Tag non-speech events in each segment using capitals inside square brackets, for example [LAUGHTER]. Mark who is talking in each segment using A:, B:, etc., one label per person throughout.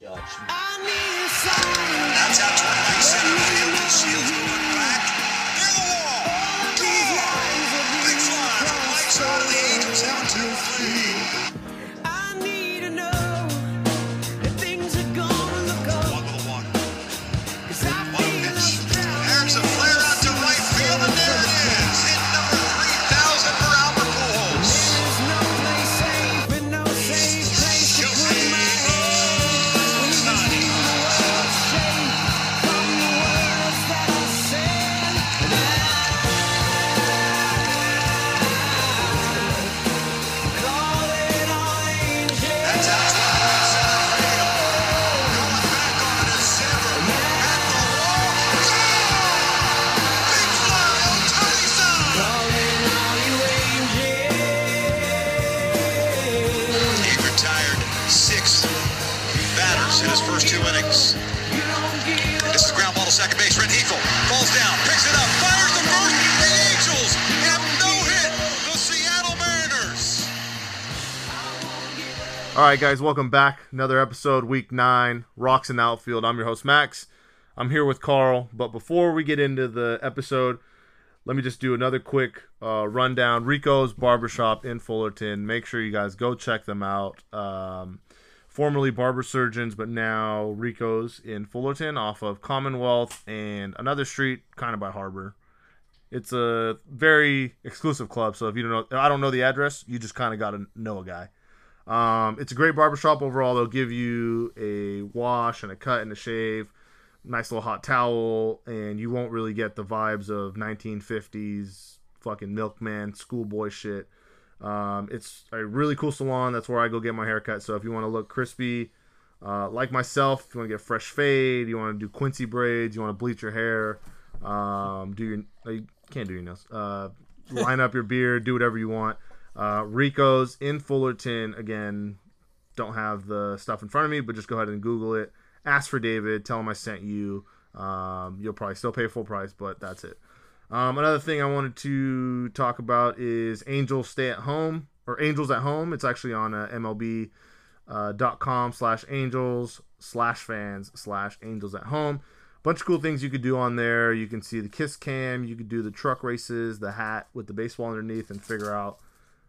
A: Ya şimdi
B: Outside 29 center field. Shields going back. Near the wall. Gone. Big fly from right side of the Angels out to the lead. One with one. One pitch. There's a flare out to right field, and there it is. Hit number 3,000 for Albert Pujols. That's out 29 center field. Going back on it is Sever. At the wall. Gone. Big fly. Ohtani San. He retired six batters in his first two innings. This is ground ball to second base. Red Heifel falls down, picks it up, fires the first. The Angels have no hit. The Seattle Mariners.
C: All right, guys, welcome back. Another episode, week nine, Rocks in the Outfield. I'm your host, Max. I'm here with Carl. But before we get into the episode, let me just do another quick uh, rundown. Rico's Barbershop in Fullerton. Make sure you guys go check them out. Um, formerly Barber Surgeons, but now Rico's in Fullerton off of Commonwealth and another street kind of by Harbor. It's a very exclusive club, so if you don't know, I don't know the address, you just kind of got to know a guy. Um, it's a great barbershop overall. They'll give you a wash and a cut and a shave, nice little hot towel, and you won't really get the vibes of 1950s fucking milkman, schoolboy shit. Um, it's a really cool salon. That's where I go get my haircut. So if you want to look crispy, uh, like myself, if you want to get a fresh fade, you want to do Quincy braids, you want to bleach your hair, um, do your oh, you can't do your nails, uh, line up your beard, do whatever you want. Uh, Rico's in Fullerton again. Don't have the stuff in front of me, but just go ahead and Google it. Ask for David. Tell him I sent you. Um, you'll probably still pay full price, but that's it. Um, another thing I wanted to talk about is Angels Stay at Home or Angels at Home. It's actually on uh, MLB uh, dot com slash angels slash fans slash angels at home bunch of cool things you could do on there you can see the kiss cam you could do the truck races the hat with the baseball underneath and figure out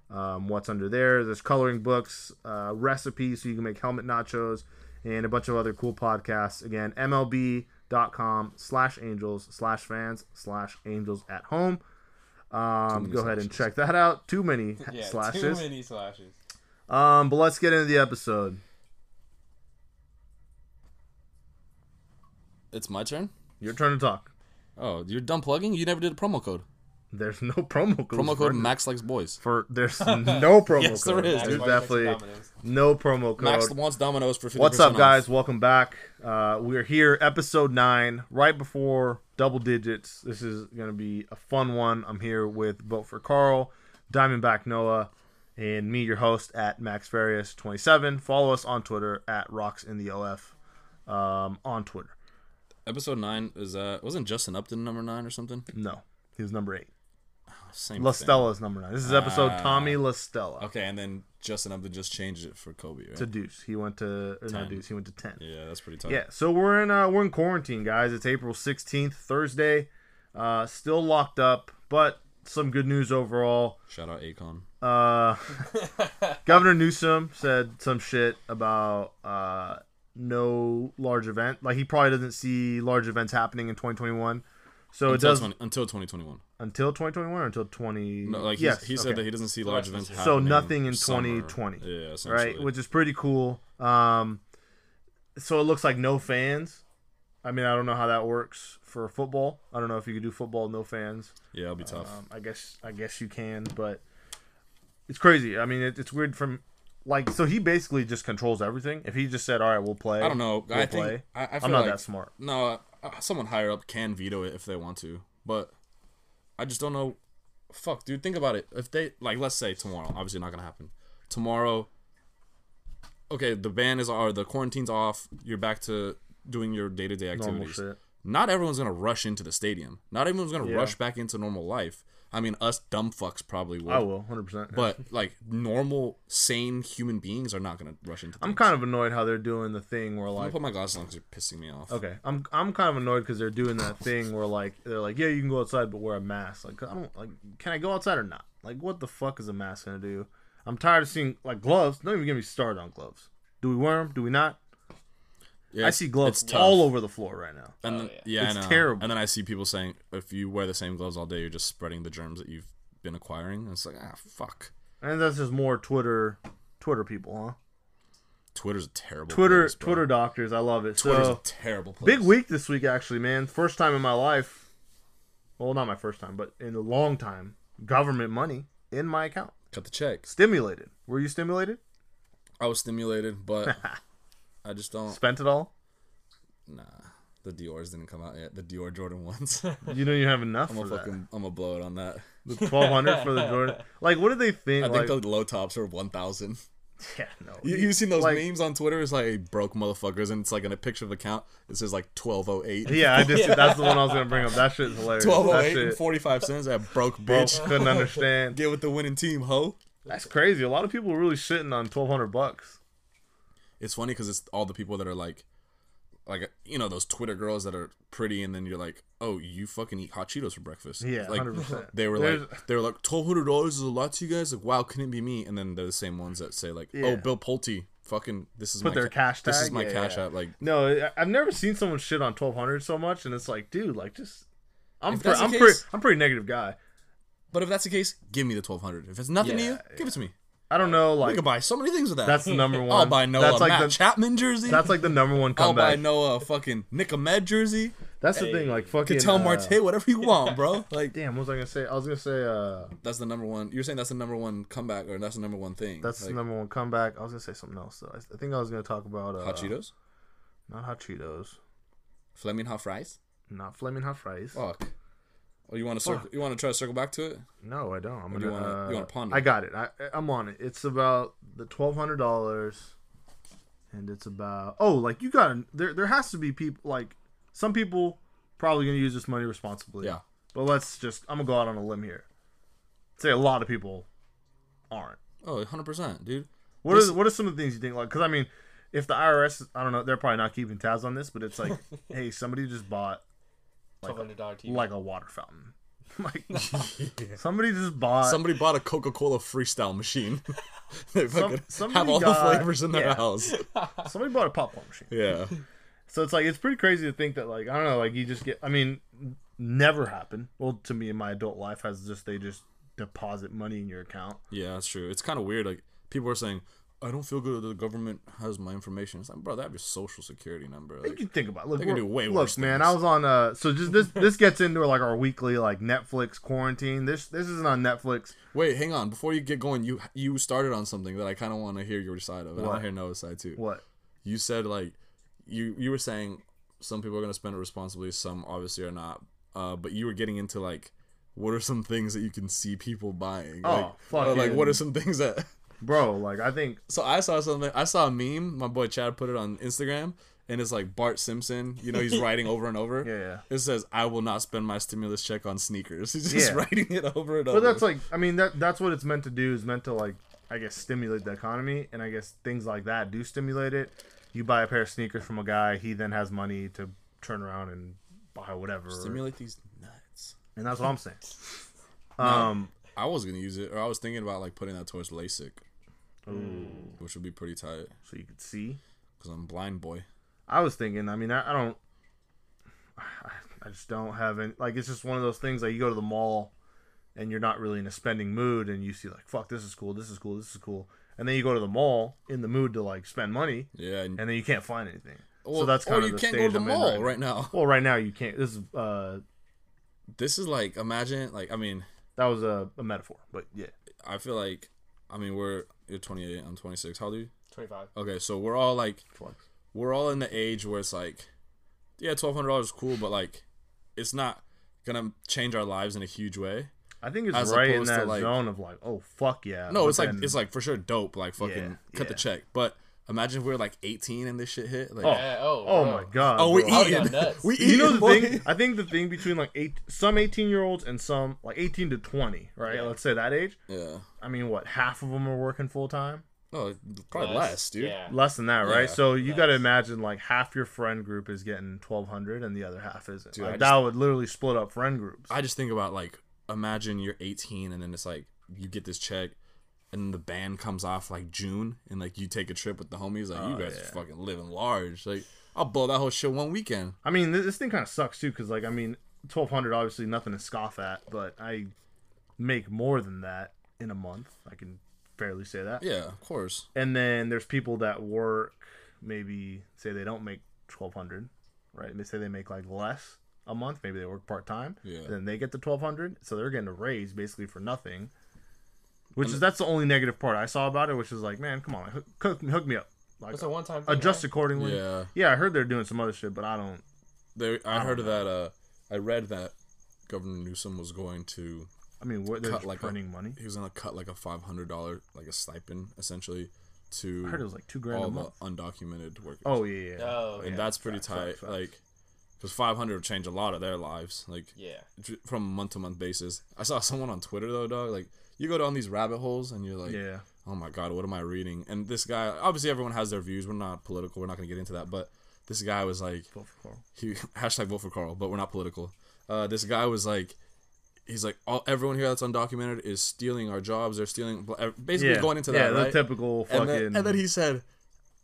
C: um, what's under there there's coloring books uh, recipes so you can make helmet nachos and a bunch of other cool podcasts again mlb.com slash angels slash fans slash angels at home um, go ahead and check that out too many
D: [LAUGHS] Yeah,
C: slashes
D: too many slashes.
C: um, but let's get into the episode
E: It's my turn.
C: Your turn to talk.
E: Oh, you're done plugging. You never did a promo code.
C: There's no [LAUGHS] promo code.
E: Promo
C: for,
E: code Max likes boys.
C: for
E: [LAUGHS]
C: there's no promo
E: Yes, there
C: code.
E: is,
C: There's
E: dude.
C: definitely no promo code.
E: Max wants Domino's for 50%
C: What's up,
E: off.
C: guys? Welcome back. Uh, we're here, episode nine, right before double digits. This is gonna be a fun one. I'm here with Vote for Carl, Diamondback Noah, and me, your host at Max Farias 27. Follow us on Twitter at Rocks in the OF um, on Twitter.
E: Episode nine is uh wasn't Justin Upton number nine or something?
C: No, he was number eight.
E: Same. Ah,
C: La
E: thing.
C: Stella's number nine. This is episode Tommy La Stella.
E: Okay, and then Justin Upton just changed it for Kobe. Right?
C: to Deuce. He went to or not Deuce. He went to ten. Yeah.
E: yeah, that's pretty tough.
C: So we're in uh, we're in quarantine, guys. It's April sixteenth, Thursday. Uh, still locked up, but some good news overall.
E: Shout out Akon.
C: Uh, Governor Newsom said some shit about uh, no large event. Like he probably doesn't see large events happening in 2021. So it
E: until,
C: does
E: 20, until 2021.
C: until 2021 or until 20.
E: No, like he's,
C: yes,
E: he said
C: okay.
E: that he doesn't see large events.
C: So
E: happening
C: nothing in
E: summer.
C: 2020.
E: Yeah, essentially.
C: right? Which is pretty cool. Um, so it looks like no fans. I mean, I don't know how that works for football. I don't know if you could do football no fans.
E: yeah, it'll be tough.
C: Um, I guess I guess you can, but it's crazy. I mean, it, it's weird from like so he basically just controls everything. If he just said, "All right, we'll play,"
E: I don't know.
C: We'll
E: I think
C: play.
E: I, I feel
C: I'm not
E: like-
C: that smart.
E: No, uh, someone higher up can veto it if they want to, but I just don't know. Fuck, dude, think about it. If they like, let's say tomorrow, obviously not gonna happen. Tomorrow, okay, the ban is or the quarantine's off. You're back to doing your day to day
C: Normal
E: activities.
C: shit.
E: Not everyone's gonna rush into the stadium. Not everyone's gonna
C: Yeah.
E: rush back into normal life. I mean, us dumb fucks probably would.
C: I will, hundred percent.
E: But like normal, sane human beings are not gonna rush into.
C: I'm
E: things.
C: kind of annoyed how they're doing the thing where
E: I'm gonna
C: like
E: put my glasses on because you're pissing me off.
C: Okay, I'm I'm kind of annoyed because they're doing that thing where like they're like, yeah, you can go outside, but wear a mask. Like, I don't like, can I go outside or not? Like, what the fuck is a mask gonna do? I'm tired of seeing like gloves. Don't even get me started on gloves. Do we wear them? Do we not?
E: Yeah,
C: I
E: it's-
C: see
E: it's
C: gloves
E: tough.
C: all over the floor right now.
E: And then, yeah,
C: It's
E: I know.
C: terrible.
E: And then I see people saying, if you wear the same gloves all day, you're just spreading the germs that you've been acquiring. And it's like, ah, fuck.
C: And that's just more Twitter, Twitter people, huh?
E: Twitter's a terrible.
C: Twitter,
E: place, bro.
C: Twitter doctors. I love it.
E: Twitter's
C: so
E: a terrible place.
C: big week this week, actually, man. First time in my life. Well, not my first time, but in a long time, government money in my account.
E: Cut the check.
C: Stimulated. Were you stimulated?
E: I was
C: [LAUGHS]
E: stimulated, but I just don't.
C: Spent it all?
E: Nah, the Dior's didn't come out yet. The Dior Jordan
C: [LAUGHS]
E: ones.
C: You know you have enough
E: I'm
C: for
E: a
C: that.
E: fucking. I'm a blow it on that.
C: Twelve hundred
E: [LAUGHS]
C: for the Jordan. Like, what did they think?
E: I
C: like,
E: think the low tops are 1,000.
C: [LAUGHS] yeah, no.
E: You, you've seen those
C: like-
E: memes on Twitter? It's like broke motherfuckers, and it's like in a picture of the account. It says like 1208.
C: yeah, I just that's the one I was gonna bring up. That shit's
E: [LAUGHS]
C: hilarious. That
E: 1208 and
C: shit,
E: 45 cents. That broke
C: bro,
E: bitch.
C: [LAUGHS] couldn't understand.
E: Get with the winning team, ho.
C: That's crazy. A lot of people are really shitting on twelve hundred bucks.
E: It's funny because it's all the people that are like, like you know those Twitter girls that are pretty, and then you're like, oh, you fucking eat hot Cheetos for breakfast.
C: Yeah,
E: like
C: 100%.
E: they were
C: There's-
E: like, they were like, twelve hundred dollars is a lot to you guys. Like, wow, couldn't it be me? And then they're the same ones that say like,
C: Yeah.
E: oh, Bill Pulte, fucking, this is
C: Put
E: my
C: their cash
E: This is
C: tag?
E: my
C: Yeah,
E: cash
C: yeah.
E: app. Like,
C: No, I- I've never seen someone shit on twelve hundred so much, and it's like, dude, like just. I'm
E: If
C: pre-
E: that's the
C: I'm
E: case-
C: pretty I'm pretty negative guy.
E: but if that's the case, give me the twelve hundred. If it's nothing to
C: Yeah,
E: you, give it to me.
C: I don't know,
E: I
C: like
E: could buy so many things with that.
C: that's the number one.
E: I'll buy Noah
C: that's like
E: Matt
C: the,
E: Chapman jersey.
C: that's like the number one
E: I'll buy
C: comeback.
E: Noah a fucking Nick Ahmed jersey.
C: that's the thing, like fucking.
E: Can tell
C: uh,
E: Marte whatever you want, bro. [LAUGHS] Like
C: Damn, what was I gonna say? I was gonna say uh.
E: that's the number one. You're saying that's the number one comeback, or that's the number one thing.
C: That's
E: like,
C: the number one comeback. I was gonna say something else though. I, I think I was gonna talk about uh,
E: hot Cheetos,
C: Not hot Cheetos.
E: flaming hot fries.
C: Not flaming hot fries.
E: Fuck. Or you want to circle? You want to try to circle back to it?
C: no, I don't. I'm
E: do you
C: gonna.
E: wanna-
C: uh,
E: you wanna ponder?
C: I got it. I, I'm on it. It's about the twelve hundred dollars, and it's about oh, like you got to there. There has to be people like some people probably gonna use this money responsibly.
E: Yeah.
C: But let's just. I'm gonna go out on a limb here. Say a lot of people aren't.
E: Oh, 100 percent, dude.
C: What is what are some of the things you think like? Because I mean, if the IRS, I don't know, they're probably not keeping tabs on this, but it's
E: [LAUGHS]
C: like, hey, somebody just bought
A: twelve hundred dollar TV.
C: like a water fountain. [LAUGHS]
E: [LAUGHS]
C: like somebody just bought.
E: Somebody bought a Coca-Cola freestyle machine. [LAUGHS] they
C: Some-
E: fucking have
C: somebody
E: all
C: got-
E: the flavors in their
C: yeah. [LAUGHS]
E: house.
C: somebody bought a popcorn machine.
E: Yeah.
C: So it's like it's pretty crazy to think that like I don't know, like you just get. I mean, never happened. Well, to me in my adult life, has just they just deposit money in your account.
E: Yeah, that's true. It's kind of weird. Like people are saying, "I don't feel good that the government has my information." It's like, bro, they have your social security number.
C: You
E: Like,
C: can think about. It. Look,
E: They can
C: we're-
E: do way
C: look,
E: worse
C: man.
E: things.
C: I was on. Uh, so just this this gets into like our weekly like Netflix quarantine. This this isn't on Netflix.
E: wait, hang on. Before you get going, you you started on something that I kind of want to hear your side of, and I want
C: What?
E: to hear Noah's side too.
C: What?
E: You said like, you you were saying some people are gonna spend it responsibly, some obviously are not. Uh, but you were getting into like, what are some things that you can see people buying?
C: Oh,
E: like, or, like
C: fucking-
E: what are some things that? [LAUGHS]
C: Bro, like I think
E: So I saw something. I saw a meme. My boy Chad put it on Instagram, and it's like Bart Simpson. You know,
C: [LAUGHS]
E: he's writing over and over.
C: Yeah, yeah.
E: It says, "I will not spend my stimulus check on sneakers." [LAUGHS] He's just
C: Yeah.
E: writing it over and over.
C: But that's like, I mean, that that's what it's meant to do. Is meant to like, I guess, stimulate the economy, and I guess things like that do stimulate it. You buy a pair of sneakers from a guy, he then has money to turn around and buy whatever,
E: stimulate these nuts.
C: and that's what I'm
E: [LAUGHS]
C: saying. Um,
E: I was gonna use it, or I was thinking about like putting that towards LASIK,
C: Mm.
E: which would be pretty tight
C: so you could see.
E: because I'm blind boy.
C: I was thinking. I mean, I, I don't. [SIGHS] I just don't have any. Like, it's just one of those things. Like, you go to the mall, and you're not really in a spending mood, and you see like, fuck, this is cool, this is cool, this is cool, and then you go to the mall in the mood to like spend money,
E: Yeah, and,
C: and then you can't find anything.
E: well,
C: so that's kind
E: or
C: of
E: you
C: the
E: can't
C: stage
E: go to the
C: I'm in
E: mall
C: right now.
E: right now. [LAUGHS]
C: Well, right now you can't. This is uh,
E: This is like imagine like I mean
C: that was a, a metaphor, but yeah,
E: I feel like I mean we're you're 28, I'm 26. How old are you?
A: Twenty five.
E: Okay, so we're all like
C: flex.
E: we're all in the age where it's like, yeah, twelve hundred dollars is cool, but like, it's not gonna change our lives in a huge way.
C: I think it's
E: As
C: right in
E: opposed to,
C: that
E: like-
C: zone of like, oh fuck yeah.
E: No,
C: but
E: it's like
C: then-
E: it's like for sure dope. Like fucking
C: Yeah,
E: cut the
C: yeah.
E: check, but Imagine if we were like 18 and this shit hit. Like,
C: Oh,
E: oh,
A: Yeah, oh,
C: oh
A: bro.
C: my god.
E: we
C: bro.
A: I would've
E: eating.
A: gone nuts.
E: [LAUGHS] We eating.
C: You know the
E: boy.
C: thing? I think the thing between like eight, some eighteen-year-olds and some like eighteen to twenty, right?
A: Yeah.
C: Let's say that age.
E: Yeah.
C: I mean, what half of them are working full time?
E: No, probably less, dude.
A: Yeah.
C: Less than that, right?
E: Yeah,
C: so you got to
A: less.
C: imagine like half your friend group is getting twelve hundred, and the other half isn't.
E: Dude,
C: like,
E: I
C: that would literally split up friend groups.
E: I just think about like, imagine you're 18 and then it's like you get this check, and the ban comes off like June, and like you take a trip with the homies. Like you
C: Oh,
E: guys
C: yeah.
E: are fucking living large. Like I'll blow that whole shit one weekend.
C: I mean, th- this thing kind of sucks too, because like, I mean, twelve hundred obviously nothing to scoff at, but I make more than that in a month. I can fairly say that.
E: Yeah, of course.
C: And then there's people that work maybe say they don't make twelve hundred, right? They say they make like less a month. Maybe they work part time.
E: Yeah.
C: Then they get the twelve hundred, so they're getting a raise basically for nothing. Which is that's the only negative part I saw about it, which is like, man, come on, hook, hook, hook me up, like
A: It's a one-time thing, eh?
C: adjust
A: right?
C: accordingly.
E: Yeah.
C: yeah, I heard they're doing some other shit, but I don't.
E: There, I heard of that. Uh, I read that Governor Newsom was going to
C: I mean, what, they're
E: Cut
C: just
E: like a-
C: printing money.
E: he was gonna cut like a five hundred dollar like a stipend essentially
C: I heard it
E: to
C: was like two grand
E: all
C: a
E: the
C: month.
E: undocumented workers.
C: Oh yeah, yeah. yeah.
A: Oh,
E: and
A: yeah.
E: that's pretty
C: Facts,
E: tight.
C: facts, facts.
E: Like, because five hundred would change a lot of their lives. Like,
A: yeah.
E: dr- from a month to month basis. I saw someone on Twitter though, dog. Like, you go down these rabbit holes and you're like,
C: yeah.
E: oh my god, what am I reading? And this guy, obviously, everyone has their views. We're not political. We're not gonna get into that. But this guy was like,
C: Vote for Carl.
E: he [LAUGHS] hashtag vote for Carl, but we're not political. Uh, this guy was like, he's like, all everyone here that's undocumented is stealing our jobs. They're stealing, bl- ev- basically going into
C: yeah,
E: that, right?
C: the typical fucking.
E: and, then, and then he said,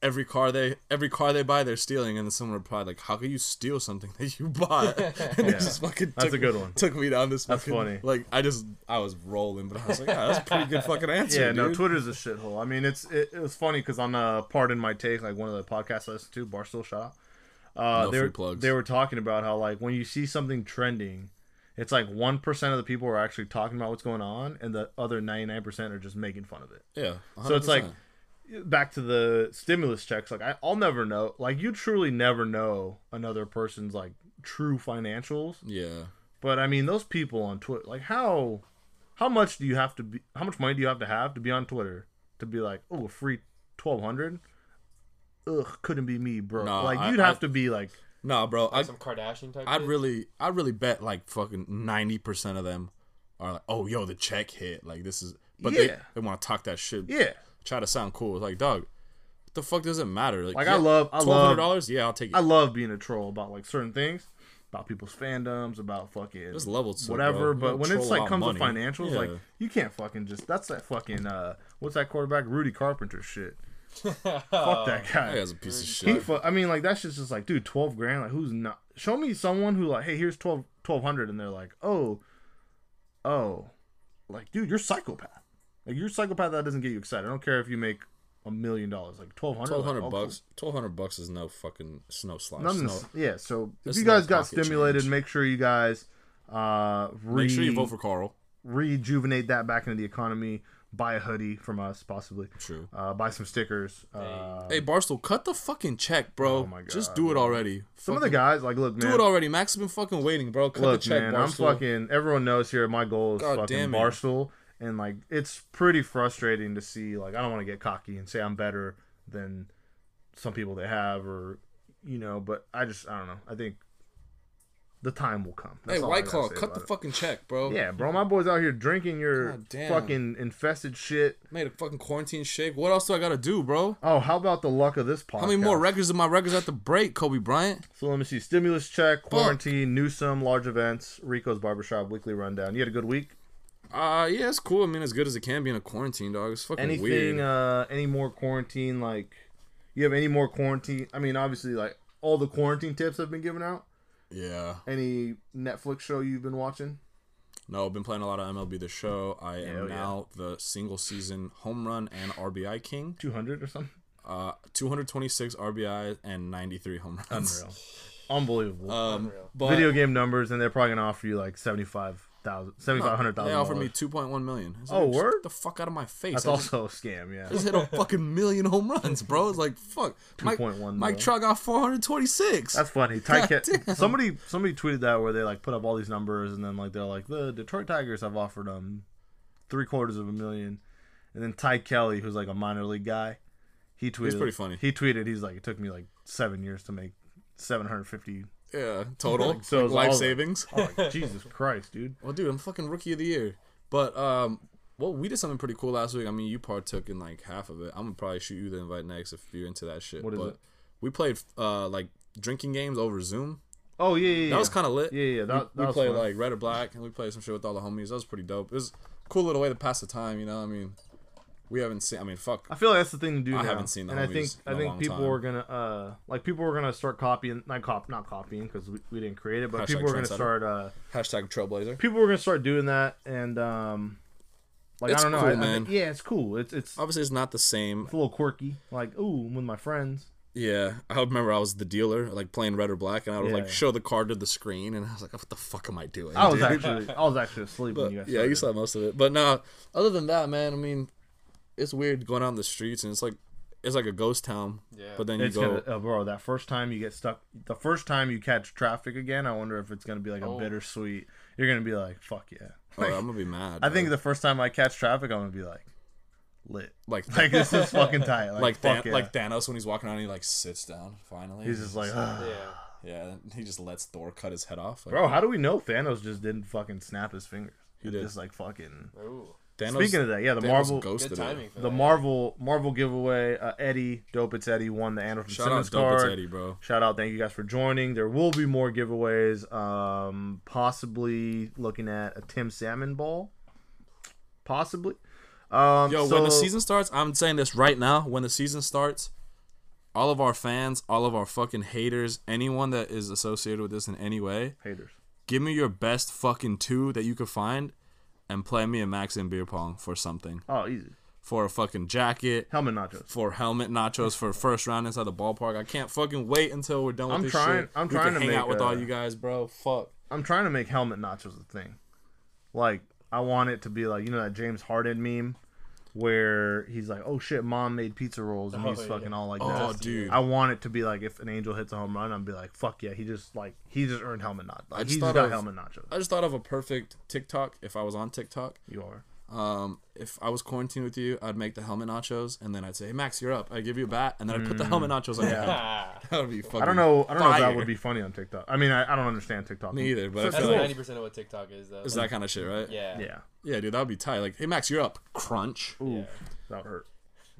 E: every car they every car they buy, they're stealing. And then someone replied like, how could you steal something that you bought? [LAUGHS] And it just fucking
C: That's
E: took,
C: a good one.
E: Took me down this.
C: That's
E: fucking-
C: funny.
E: Like I just I was rolling, but I was like, yeah, that's a pretty good fucking answer.
C: [LAUGHS] yeah, no,
E: dude."
C: Twitter's a shithole. I mean, it's it, it was funny because on uh, pardon my take, like one of the podcasts I listen to, Barstool Shop, uh,
E: No
C: they
E: free
C: were
E: plugs.
C: they were talking about how like when you see something trending, it's like one percent of the people are actually talking about what's going on, and the other ninety nine percent are just making fun of it.
E: yeah.
C: So it's like
E: 100%.
C: back to the stimulus checks. Like I, I'll never know. Like you truly never know another person's like true financials.
E: yeah.
C: But I mean, those people on Twitter, like how how much do you have to be? How much money do you have to have to be on Twitter to be like, oh, a free twelve hundred? Ugh, couldn't be me, bro.
E: Nah,
C: like
E: I-
C: you'd
E: I-
C: have to be like,
E: Nah, bro. I,
A: Some Kardashian type.
E: I'd
A: shit?
E: really, I'd really bet like fucking ninety percent of them are like, oh, yo, the check hit. Like this is, but they
C: Yeah.
E: they want to talk that shit.
C: yeah,
E: Try to sound cool. It's like, dog, what the fuck does it matter?
C: Like, I love- I love-
E: dollars. Yeah, I'll take it.
C: I love being a troll about like certain things, about people's fandoms, about fucking
E: There's levels to it,
C: whatever.
E: bro. You
C: But
E: don't
C: when it's
E: troll
C: like
E: about
C: comes to
E: money.
C: financials,
E: Yeah.
C: like you can't fucking just that's that fucking uh, what's that quarterback Rudy Carpenter shit?
A: Oh,
C: Fuck that guy.
E: Uh, that guy's a piece of
C: He
E: shit.
C: fu- I mean, like that's just, just like, dude, twelve grand. Like, who's not? Show me someone who like, hey, here's 12, 1200 and they're like, oh, oh, like, dude, you're psychopath. Like, you're psychopath. That doesn't get you excited. I don't care if you make a million dollars. Like twelve hundred.
E: Twelve hundred bucks. Twelve hundred bucks is no fucking snow slide.
C: Nothing.
E: Snow-
C: yeah. So if
E: It's
C: you
E: not
C: guys got
E: pocket
C: stimulated,
E: change.
C: make sure you guys uh re-
E: Make sure you vote for Carl.
C: rejuvenate that back into the economy. Buy a hoodie from us, possibly.
E: True.
C: Uh, buy some stickers. Uh,
E: hey Barstool, cut the fucking check, bro.
C: Oh my
E: Just
C: God,
E: do it already.
C: some of the
E: Fucking
C: guys, like, look, man,
E: do it already. Max has been fucking waiting, bro. Cut
C: Look,
E: the check,
C: man,
E: Barstool.
C: I'm fucking. Everyone knows here. My goal is
E: God
C: fucking
E: damn it.
C: Barstool, and like it's pretty frustrating to see. Like I don't want to get cocky and say I'm better than some people they have, or you know. But I just I don't know. I think the time will come.
E: hey,
C: all I
E: White
C: gotta
E: Claw,
C: say
E: cut
C: about
E: the
C: it.
E: fucking check, bro.
C: Yeah, bro, my boy's out here drinking your
E: God damn.
C: fucking infested shit.
E: Made a fucking quarantine shake. What else do I gotta do, bro?
C: Oh, how about the luck of this podcast?
E: How many more records am my records at the break, Kobe Bryant?
C: So let me see. Stimulus check, quarantine, Newsome, large events, Rico's Barbershop, weekly rundown. You had a good week.
E: Uh, yeah, it's cool. I mean, as good as it can be in a quarantine, dog. It's fucking
C: anything
E: weird.
C: uh any more quarantine like you have any more quarantine i mean obviously like all the quarantine tips have been given out
E: yeah.
C: any netflix show you've been watching
E: No, I've been playing a lot of MLB The Show. I am
C: Hell yeah.
E: now the single season home run and RBI king.
C: 200 or something
E: Uh, 226 RBI and 93 home runs.
C: unreal unbelievable
E: Um,
A: Unreal.
E: but
C: video game numbers and they're probably gonna offer you like 75000
E: They
C: 750000
E: offered me 2.1 million. It's
C: Oh,
E: like, just
C: word?
E: get The fuck out of my face.
C: that's
E: I just-
C: also a scam yeah
E: just hit
C: [LAUGHS]
E: a fucking million home runs, bro. It's like fuck. Mike,
C: 2.1
E: Mike
C: mil.
E: Trout got 426.
C: that's funny. Ty
E: [LAUGHS] God damn.
C: somebody somebody tweeted that where they like put up all these numbers and then like they're like the Detroit Tigers have offered them three quarters of a million, and then Ty Kelly, who's like a minor league guy, He tweeted. He's
E: pretty funny.
C: He tweeted. He's like, it took me like seven years to make seven hundred fifty.
E: Yeah, total.
C: [LAUGHS] So it was
E: life
C: all-
E: savings.
C: Oh,
E: [LAUGHS]
C: like, Jesus Christ, dude!
E: Well, Oh, dude, I'm fucking rookie of the year. But um, well, we did something pretty cool last week. I mean, you partook in like half of it. I'm gonna probably shoot you the invite next if you're into that shit.
C: What is
E: but
C: it?
E: We played uh like drinking games over Zoom.
C: Oh yeah, yeah.
E: That was kind of lit.
C: Yeah, yeah, that-
E: we,
C: that
E: we
C: was
E: played
C: fun.
E: like red or black, and we played some shit with all the homies. That was pretty dope. It was a cool little way to pass the time. You know, I mean, we haven't seen. I mean, fuck.
C: I feel like that's the thing to do.
E: I
C: now.
E: haven't seen the
C: and I
E: homies
C: think
E: in
C: I
E: a
C: think
E: long
C: people
E: time.
C: are gonna uh like people are gonna start copying not cop not copying because we, we didn't create it, but
E: Hashtag
C: people are gonna
E: trendsetter.
C: start uh
E: Hashtag Trailblazer.
C: people are gonna start doing that and um like
E: It's
C: I don't know
E: cool,
C: I- I think-
E: man.
C: yeah it's cool it's it's
E: Obviously, it's not the same.
C: it's a little quirky like ooh I'm with my friends
E: Yeah, I remember I was the dealer, like playing red or black, and I would like
C: Yeah.
E: show the card to the screen, and I was like, "What the fuck am I doing?"
C: I was
E: dude?"
C: actually [LAUGHS] I was actually asleep when you guys
E: yeah, you
C: started.
E: saw most of it. But no, other than that, man, I mean, it's weird going out in the streets and it's like it's like a ghost town.
A: Yeah.
E: But then you
C: it's
E: go.
C: gonna uh, bro that first time you get stuck the first time you catch traffic again I wonder if it's gonna be like a bittersweet you're gonna be like fuck yeah
E: oh, I'm gonna be mad.
C: I
E: bro.
C: think the first time I catch traffic I'm gonna be like lit. [LAUGHS]
E: like like
C: Like this is fucking tight. Like,
E: [LAUGHS] like,
C: fuck
E: Than-
C: yeah.
E: like Thanos when he's walking out and he like sits down finally.
C: he's just like, "Ugh."
A: Yeah.
E: yeah, and he just lets Thor cut his head off. Like,
C: bro, how do we know Thanos just didn't fucking snap his fingers? He
E: did.
C: Just like fucking.
A: Ooh.
E: Thanos,
C: Speaking of that, yeah, the
E: Thanos
C: Marvel,
E: ghosted
A: Good
E: it.
A: timing for
C: the
A: that.
C: Marvel, Marvel giveaway. Uh, Eddie, dope it's Eddie won the Anderson
E: Shout out
C: Simmons
E: Dope It's
C: card.
E: Eddie, bro.
C: Shout out, thank you guys for joining. There will be more giveaways. Um, possibly looking at a Tim Salmon ball. Possibly. Um,
E: Yo,
C: so,
E: when the season starts, I'm saying this right now. When the season starts, all of our fans, all of our fucking haters, anyone that is associated with this in any way,
C: haters.
E: give me your best fucking two that you could find and play me and Max in beer pong for something.
C: Oh, easy.
E: For a fucking jacket,
C: Helmet nachos.
E: for helmet nachos for first round inside the ballpark. I can't fucking wait until we're done with
C: I'm
E: this
C: trying-
E: shit.
C: I'm
E: We
C: trying
E: can
C: to
E: hang
C: make
E: out with all
C: a-
E: you guys, bro. Fuck.
C: I'm trying to make helmet nachos a thing. Like I want it to be like you know that James Harden meme where he's like, "Oh shit, mom made pizza rolls," and
A: Oh,
C: he's fucking
A: yeah.
C: all like
E: Oh,
C: that.
E: dude.
C: I want it to be like if an angel hits a home run, I'm be like, "Fuck yeah, he just like he just earned helmet nachos. Like,
E: just
C: he
E: thought
C: just got
E: of-
C: helmet nachos."
E: I just thought of a perfect TikTok if I was on TikTok.
C: You are.
E: Um, if I was quarantined with you, I'd make the helmet nachos and then I'd say, hey, Max, you're up. I'd give you a bat and then I'd put the helmet nachos on your head. [LAUGHS]
A: Ah,
E: That would be fucking
C: Hmm, I don't know. I don't know if that
E: fire.
C: would be funny on TikTok. I mean, I, I don't understand TikTok.
E: Me either, but I
A: that's
E: feel like
A: ninety percent of what TikTok is, though.
E: it's that kind of shit, right?
A: yeah.
C: yeah.
E: Yeah, dude, that would be tight. Like, hey, Max, you're up. Crunch.
C: Ooh, that hurt.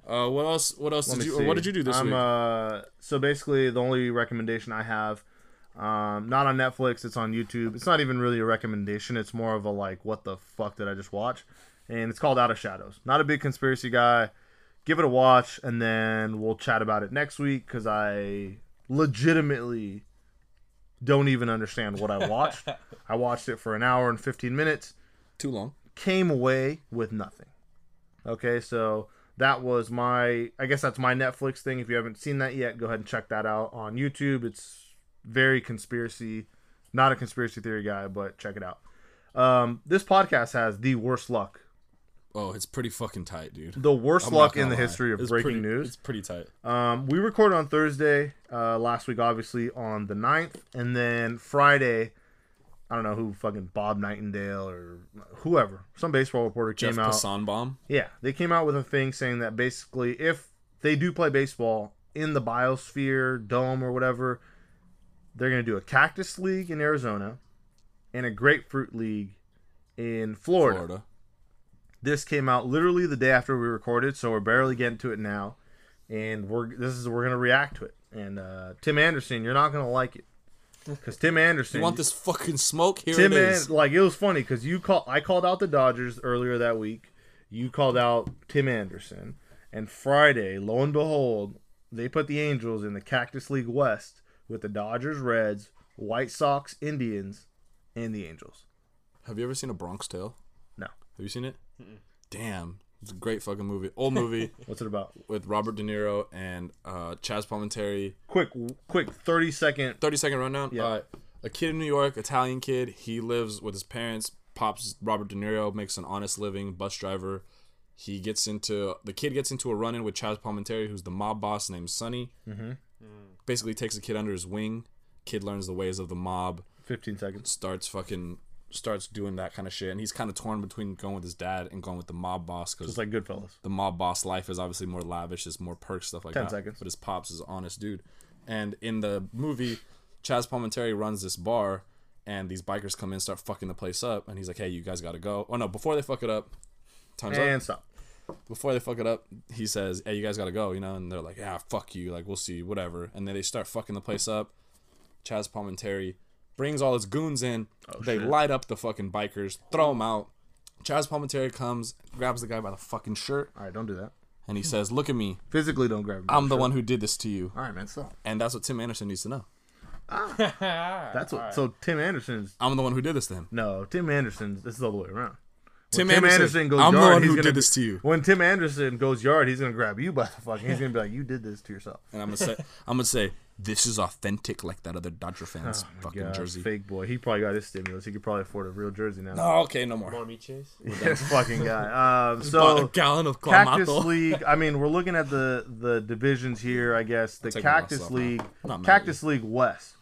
E: Uh, what else? What else
C: Let
E: did
C: me
E: you? Or what
C: see.
E: did you do this
C: I'm,
E: week?
C: Uh, so basically, the only recommendation I have, um, not on Netflix, it's on YouTube. It's not even really a recommendation. It's more of a like, what the fuck did I just watch? And it's called Out of Shadows. Not a big conspiracy guy. Give it a watch, and then we'll chat about it next week because I legitimately don't even understand what I
E: [LAUGHS]
C: watched. I watched it for an hour and 15 minutes
E: Too long.
C: came away with nothing. Okay, so that was my I guess that's my Netflix thing. If you haven't seen that yet, go ahead and check that out on YouTube. It's very conspiracy, not a conspiracy theory guy, but check it out. Um, this podcast has the worst luck.
E: Oh, it's pretty fucking tight, dude.
C: The worst
E: I'm not
C: luck
E: gonna
C: in the
E: lie.
C: history of
E: It's
C: breaking
E: pretty-
C: news.
E: It's pretty tight.
C: Um, we recorded on Thursday uh, last week, obviously on the 9th, and then Friday. I don't know who fucking Bob Nightingale or whoever, some baseball reporter came
E: Jeff
C: out.
E: Passan bomb.
C: Yeah, they came out with a thing saying that basically if they do play baseball in the biosphere dome or whatever, they're going to do a cactus league in Arizona and a grapefruit league in Florida.
E: Florida.
C: This came out literally the day after we recorded, so we're barely getting to it now, and we're this is we're going to react to it. And uh, Tim Anderson, you're not going to like it because Tim Anderson
E: You want this fucking smoke? Here
C: Tim
E: it is.
C: and like it was funny because you call I called out the Dodgers earlier that week. You called out Tim Anderson, and Friday, lo and behold, they put the Angels in the Cactus League West with the Dodgers, Reds, White Sox, Indians, and the Angels.
E: Have you ever seen a Bronx Tale?
C: No,
E: Have you seen it? Damn, it's a great fucking movie. Old
C: [LAUGHS]
E: movie
C: what's it about?
E: with Robert De Niro and uh, Chaz Palminteri.
C: Quick, quick, thirty second.
E: Thirty second rundown. Yeah. a kid in New York, Italian kid. He lives with his parents. Pops Robert De Niro makes an honest living, bus driver. He gets into the kid gets into a run in with Chaz Palminteri, who's the mob boss named Sonny. Mm-hmm. Basically, takes the kid under his wing. Kid learns the ways of the mob.
C: Fifteen seconds.
E: Starts fucking starts doing that kind of shit, and he's kind of torn between going with his dad and going with the mob boss because
C: It's like Goodfellas.
E: the mob boss life is obviously more lavish, there's more perks, stuff like
C: 10
E: that.
C: seconds.
E: But his pops is an honest dude. And in the movie, Chaz Palminteri runs this bar, and these bikers come in, start fucking the place up, and he's like, "Hey, you guys gotta go." Oh no, before they fuck it up, time's up
C: And stop.
E: before they fuck it up, he says, "Hey, you guys gotta go," you know, and they're like, "Yeah, fuck you," like we'll see, whatever. And then they start fucking the place up. Chaz Palminteri brings all his goons in.
C: Oh,
E: they light up the fucking bikers, throw them out. Chaz Palminteri comes, grabs the guy by the fucking shirt,
C: All right, don't do that.
E: and he says, "Look at me,
C: Physically, don't grab me.
E: I'm the one who did this to you."
C: All right, man, stop.
E: And that's what Tim Anderson needs to know.
C: That's what. So Tim Anderson's
E: I'm the one who did this to him.
C: no. Tim Anderson's. This is all the way around.
E: Tim,
C: Tim Anderson, goes yard.
E: I'm the one
C: he's
E: who
C: gonna,
E: did this to you.
C: When Tim Anderson goes yard, he's gonna grab you by the fucking. He's gonna be like, "You did this to yourself."
E: And I'm gonna say, I'm gonna say, this is authentic, like that other Dodger fans [LAUGHS] fucking
C: Oh God,
E: jersey.
C: fake boy. He probably got his stimulus. He could probably afford a real jersey now.
E: Oh, okay, no more.
A: Wanna meet Chase?
C: [LAUGHS] This fucking
E: [LAUGHS]
C: guy. Um,
E: Bought a
C: so
E: gallon of
C: Cactus
E: Clamato.
C: League. I mean, we're looking at the the divisions here. I guess the
E: take my glasses
C: Cactus
E: off now.
C: League,
E: I'm not mad at
C: Cactus League West.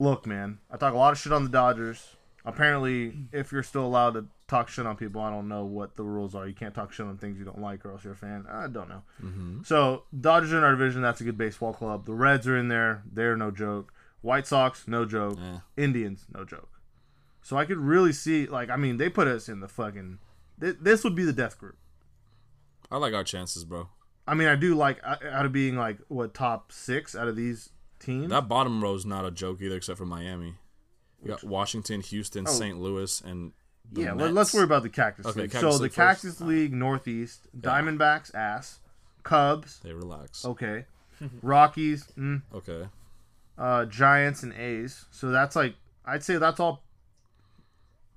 C: Look, man, I talk a lot of shit on the Dodgers. Apparently, if you're still allowed to talk shit on people, I don't know what the rules are. You can't talk shit on things you don't like, or else you're a fan. I don't know.
E: Mm-hmm.
C: So Dodgers are in our division. That's a good baseball club. The Reds are in there. They're no joke. White Sox, no joke. Indians, no joke. So I could really see, like, I mean, they put us in the fucking. Th- this would be the death group.
E: I like our chances, bro.
C: I mean, I do like uh, out of being like what top six out of these teams.
E: That bottom row is not a joke either, except for Miami. You got Washington, Houston, St. Louis, and the
C: Oh. yeah, let,
E: Mets.
C: let's worry about the Cactus
E: Okay,
C: League.
E: Cactus
C: so the
E: League first.
C: Cactus League Northeast, Diamondbacks ass, Cubs
E: They relax.
C: okay, Rockies, mm,
E: Okay.
C: uh, Giants and A's. So that's like I'd say that's all.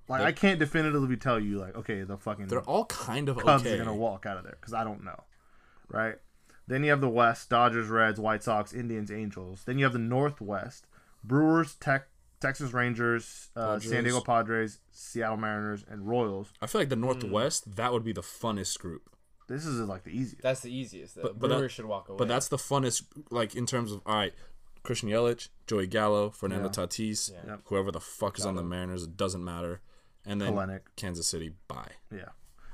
C: Like I can't definitively tell you like okay the fucking
E: They're all kind of
C: Cubs
E: okay.
C: are gonna walk out of there because I don't know, right? Then you have the West: Dodgers, Reds, White Sox, Indians, Angels. Then you have the Northwest: Brewers, Tech, Texas Rangers, uh, San
E: Padres.
C: Diego Padres, Seattle Mariners, and Royals.
E: I feel like the Northwest, that would be the funnest group.
C: This is like the easiest.
A: That's the easiest. Though.
E: But-
A: But,
E: but
A: Brewer
E: that-
A: should walk away.
E: But that's the funnest, like, in terms of, all right, Christian Yelich, Joey Gallo, Fernando Tatis, whoever the fuck is on the Mariners, it doesn't matter. And then
C: Kalenic.
E: Kansas City, bye.
C: Yeah.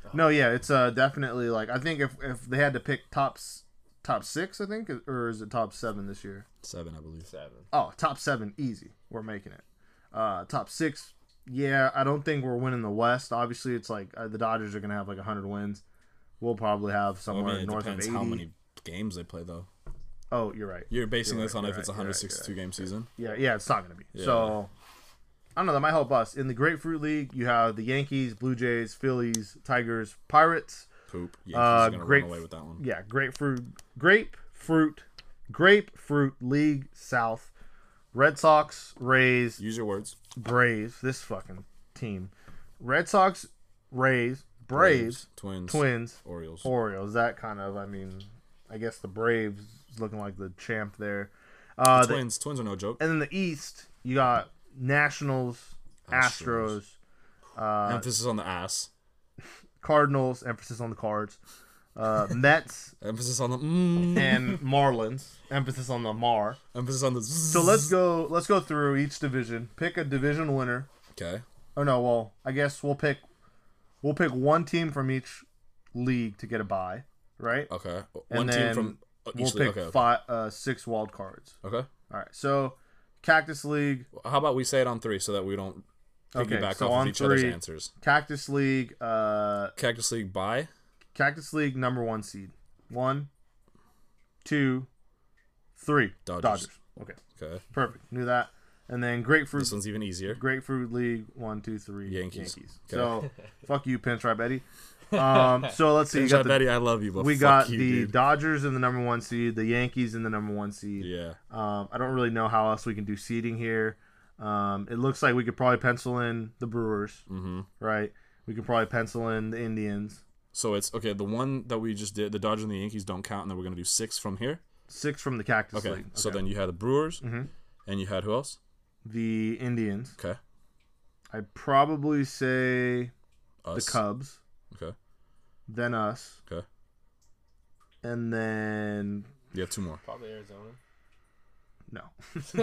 E: Oh.
C: No, yeah, it's uh definitely like I think if if they had to pick tops top six, I think, or is it top seven this year?
E: Seven, I believe.
A: seven.
C: Oh, top seven, easy. We're making it. Uh, top six, yeah. I don't think we're winning the West. Obviously, it's like uh, the Dodgers are gonna have like hundred wins. We'll probably have
E: I mean,
C: somewhere
E: it
C: north of
E: depends
C: eighty.
E: how many games they play, though.
C: Oh, you're right.
E: You're basing
C: You're
E: this
C: right,
E: on
C: you're
E: if it's a
C: right, you're right,
E: 162 game season.
C: Yeah, yeah. It's not gonna be. So I don't know. That might help us in the Grapefruit League. You have the Yankees, Blue Jays, Phillies, Tigers, Pirates.
E: Poop. Yankees
C: Uh,
E: are gonna
C: great-
E: run away with that one.
C: yeah, grapefruit, grapefruit, grapefruit league South, Red Sox, Rays,
E: Use your words.
C: Braves. This fucking team, Red Sox, Rays, Braves,
E: Twins,
C: Twins,
E: Orioles.
C: Orioles. That kind of, I mean, I guess the Braves is looking like the champ there. Uh, the-
E: Twins, Twins are no joke.
C: and then the East, you got Nationals,
E: Astros.
C: Astros uh,
E: Emphasis on the ass.
C: Cardinals. Emphasis on the cards. [LAUGHS] Uh, Mets
E: Emphasis on the. Mm,
C: and [LAUGHS] Marlins. Emphasis on the Mar.
E: emphasis on the.
C: So let's go. Let's go through each division. Pick a division winner.
E: Okay.
C: Oh no, well, I guess we'll pick. We'll pick one team from each league to get a bye, right?
E: Okay.
C: And
E: One team
C: then
E: from Oh, each
C: we'll
E: league.
C: pick
E: Okay.
C: five, uh, six wild cards.
E: Okay.
C: All right. So, Cactus League,
E: How about we say it on three so that we don't
C: Okay,
E: piggyback
C: so
E: off
C: on
E: of each other's
C: three.
E: answers?
C: Cactus League, uh,
E: Cactus League bye.
C: Cactus League number one seed. One, two, three.
E: Dodgers.
C: Okay,
E: Okay.
C: perfect. Knew that. And then Grapefruit
E: This one's even easier.
C: Grapefruit League, one, two, three,
E: Yankees.
C: Yankees.
E: Okay. [LAUGHS]
C: So, fuck you, Pinstripe Eddie. Um, so let's see. You
E: Shot
C: got the,
E: Betty, I love you, but
C: we
E: fuck
C: got
E: you,
C: the
E: dude.
C: Dodgers in the number one seed, the Yankees in the number one seed.
E: yeah.
C: Um, I don't really know how else we can do seeding here. Um, it looks like we could probably pencil in the Brewers, mm-hmm. right? We could probably pencil in the Indians.
E: So it's okay. The one that we just did, the Dodgers and the Yankees don't count, and then we're gonna do six from here.
C: Six from the Cactus
E: Okay.
C: League.
E: So then you had the Brewers,
C: Mm-hmm.
E: and you had who else?
C: the Indians.
E: Okay.
C: I'd probably say
E: Us.
C: the Cubs,
E: Okay.
C: then us,
E: Okay.
C: and then
E: You have two more.
C: [LAUGHS]
A: Probably Arizona. [LAUGHS]
C: No.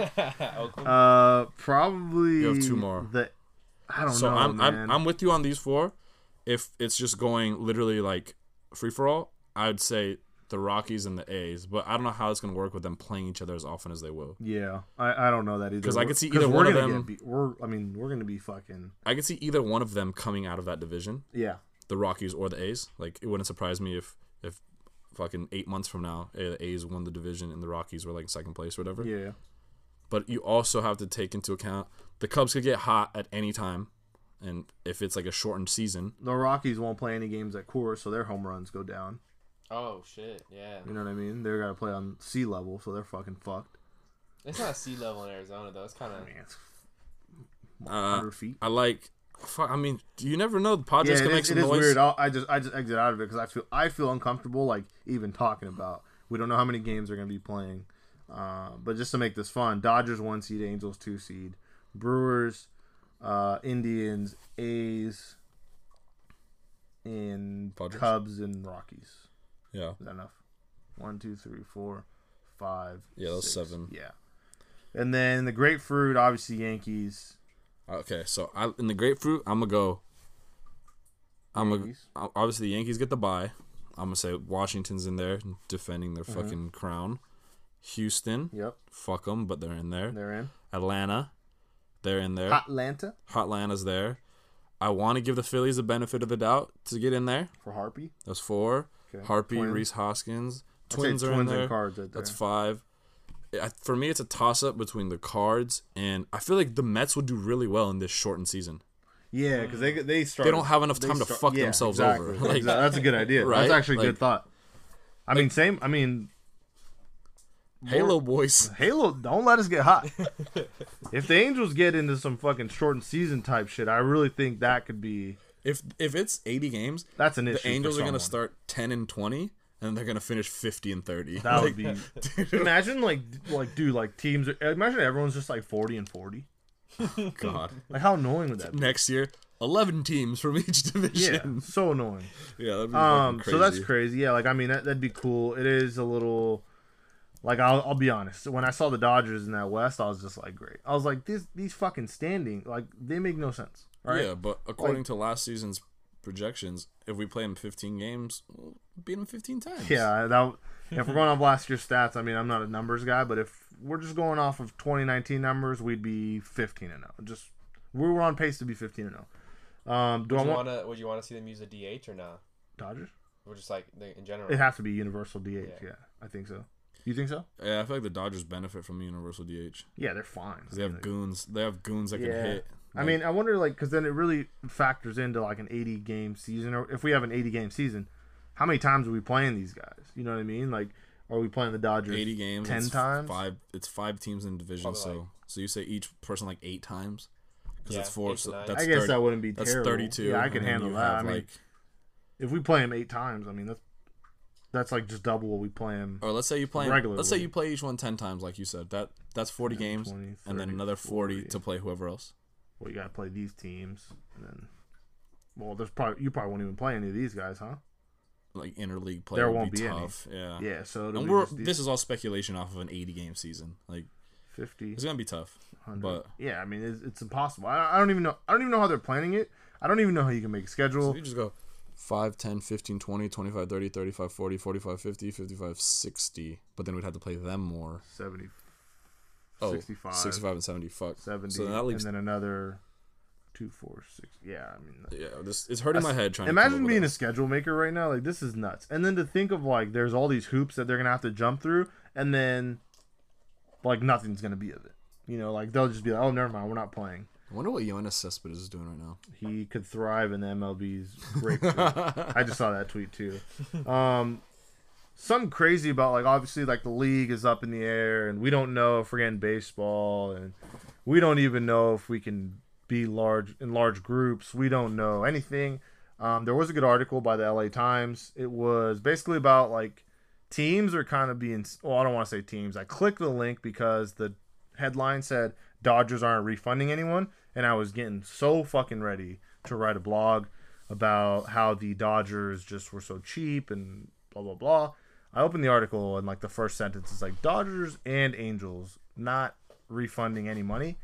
A: Oakland.
C: Uh, probably.
E: You have two more.
C: The, I don't
E: So
C: know,
E: I'm,
C: man.
E: I'm I'm with you on these four. If it's just going literally like free for all, I'd say the Rockies and the A's. But I don't know how it's gonna work with them playing each other as often as they will.
C: yeah, I, I don't know that either.
E: 'Cause I could see
C: 'Cause
E: either
C: we're
E: one of
C: gonna
E: them-
C: Get beat. We're, I mean, we're gonna be fucking.
E: I could see either one of them coming out of that division,
C: Yeah.
E: the Rockies or the A's. Like it wouldn't surprise me if if fucking eight months from now eh, the A's won the division and the Rockies were like in second place or whatever.
C: Yeah.
E: But you also have to take into account the Cubs could get hot at any time, and if it's like a shortened season,
C: The Rockies won't play any games at Coors, so their home runs go down.
A: oh shit, yeah.
C: You know what I mean? They're gonna play on sea level, so they're fucking fucked.
A: It's not sea level in Arizona though. It's kind of
C: Man, it's
E: uh,
C: 100 feet.
E: I like. Fuck, I mean, you never know. The Padres
C: yeah,
E: can
C: it
E: make
C: is,
E: some
C: it is
E: noise.
C: weird. I'll, I just I just exit out of it because I feel I feel uncomfortable like even talking about. We don't know how many games they're gonna be playing, uh, but just to make this fun, Dodgers one seed, Angels two seed, Brewers, uh, Indians, A's, and
E: Padres?
C: Cubs and Rockies.
E: Yeah,
C: Is that enough? One, two, three, four, five.
E: Yeah, those
C: six.
E: seven.
C: Yeah, and then the grapefruit, obviously Yankees.
E: Okay, so I in the grapefruit, I'm gonna go. I'm gonna
C: Yankees.
E: o- obviously the Yankees get the bye. I'm gonna say Washington's in there defending their
C: Mm-hmm.
E: fucking crown. Houston,
C: Yep,
E: fuck them, but they're in there.
C: they're in
E: Atlanta, they're in there.
C: Atlanta
E: Hotlanda's there. I want to give the Phillies the benefit of the doubt to get in there.
C: for Harpy.
E: That's four.
C: Okay,
E: Harpy,
C: Twins.
E: Reese Hoskins,
C: I'd say
E: Twins are in
C: Twins and
E: there.
C: Cards right
E: That's
C: there.
E: five. I, for me, it's a toss up between the Cards and I feel like the Mets would do really well in this shortened season.
C: Yeah, because they they start.
E: don't have enough time to fuck themselves over. [LAUGHS] Like-
C: Exactly. That's a good idea.
E: Right?
C: That's actually a
E: Like-
C: good thought. I mean, same. I mean,
E: Halo boys.
C: Halo. Don't let us get hot.
E: [LAUGHS]
C: if the Angels get into some fucking shortened season type shit, I really think that could be.
E: If if it's 80 games,
C: That's an issue.
E: the Angels are
C: going
E: gonna
C: to
E: start 10 and 20, and they're gonna finish 50 and 30. [LAUGHS]
C: That would
E: Like,
C: be. Imagine like like dude like teams. Imagine everyone's just like forty and forty.
E: God.
C: Like how annoying would that be?
E: Next year, 11 teams from [LAUGHS] each
C: Yeah,
E: division.
C: so annoying.
E: Yeah, that'd be
C: Um,
E: fucking
C: so that's
E: crazy.
C: crazy. Yeah, like I mean that, that'd be cool. It is a little, like I'll, I'll be honest. When I saw the Dodgers in that West, I was just like, great. I was like, these these fucking standing like they make no sense, right?
E: Yeah, but according to last season's projections, if we play them 15 games, we'll beat them 15 times.
C: Yeah, that. If we're going off last year's stats, I mean, I'm not a numbers guy, but if we're just going off of 2019 numbers, we'd be 15 and 0. Just we were on pace to be 15 and 0. Um, do I
A: Would you
C: want
A: wanna would you wanna see them use a DH or not?
C: Dodgers?
A: Or just like the, in general.
C: It has to be universal DH. Yeah.
A: Yeah.
C: I think so. You think so?
E: Yeah, I feel like the Dodgers benefit from universal DH.
C: Yeah, they're fine.
E: They have goons. They have goons that can hit.
C: I mean, I wonder, like, because then it really factors into like an 80 game season, or if we have an 80 game season, how many times are we playing these guys? You know what I mean? Like, are we playing the Dodgers
E: 80 games,
C: 10
E: it's
C: times?
E: Five. It's five teams in the division,
A: Probably
E: so
A: like-
E: so you say each person like eight times because
A: Yeah,
E: it's four.
A: eight to
E: So
A: nine.
E: that's
C: I guess
E: 30
C: that wouldn't be
E: That's
C: terrible.
E: 32.
C: Yeah, I
E: and
C: can
E: then
C: handle
E: you
C: that.
E: have,
C: I mean-
E: like,
C: If we play them eight times, I mean, that's that's like just double what we play them.
E: or let's say you play.
C: regular
E: Let's say
C: would-
E: you play each one 10 times, like you said. That that's 40 games,
C: 20,
E: and then
C: 30,
E: another 40, to play whoever else.
C: Well, you got to play these teams, and then. Well, there's probably you probably won't even play any of these guys, huh?
E: Like interleague play.
C: There
E: would
C: won't
E: be,
C: be any.
E: tough. Yeah.
C: Yeah, so it'll
E: And
C: be
E: we're
C: just these
E: this is all speculation off of an 80 game season. Like
C: 50.
E: it's gonna be tough, but
C: Yeah, I mean it's, it's impossible. I, I don't even know. I don't even know how they're planning it. I don't even know how you can make a schedule.
E: you just go 5, 10, 15, 20, 25, 30, 35, 40, 45, 50, 55, 60. But then we'd have to play them more.
C: Seventy,
E: Oh,
C: 65,
E: 65 and 70. Fuck.
C: seventy,
E: So that leaves.
C: and then another two, four, six. Yeah, I mean, that-
E: [LAUGHS] yeah, this it's hurting my head trying to come
C: imagine
E: up
C: being a
E: with
C: schedule maker right now. Like this is nuts. And then to think of like there's all these hoops that they're gonna have to jump through, and then like nothing's gonna be of it. You know, like they'll just be like, oh, never mind, we're not playing.
E: I wonder what Yoenis Cespedes is doing right now.
C: he could thrive in the MLB's breakthrough. I just saw that tweet too. Um, something crazy about like obviously like the league is up in the air and we don't know if we're getting baseball and we don't even know if we can be large in large groups. We don't know anything. Um, there was a good article by the LA Times. It was basically about like teams are kind of being. Well, I don't want to say teams. I clicked the link because the headline said Dodgers aren't refunding anyone, and I was getting so fucking ready to write a blog about how the Dodgers just were so cheap and blah blah blah. I opened the article and like the first sentence is like Dodgers and Angels not refunding any money.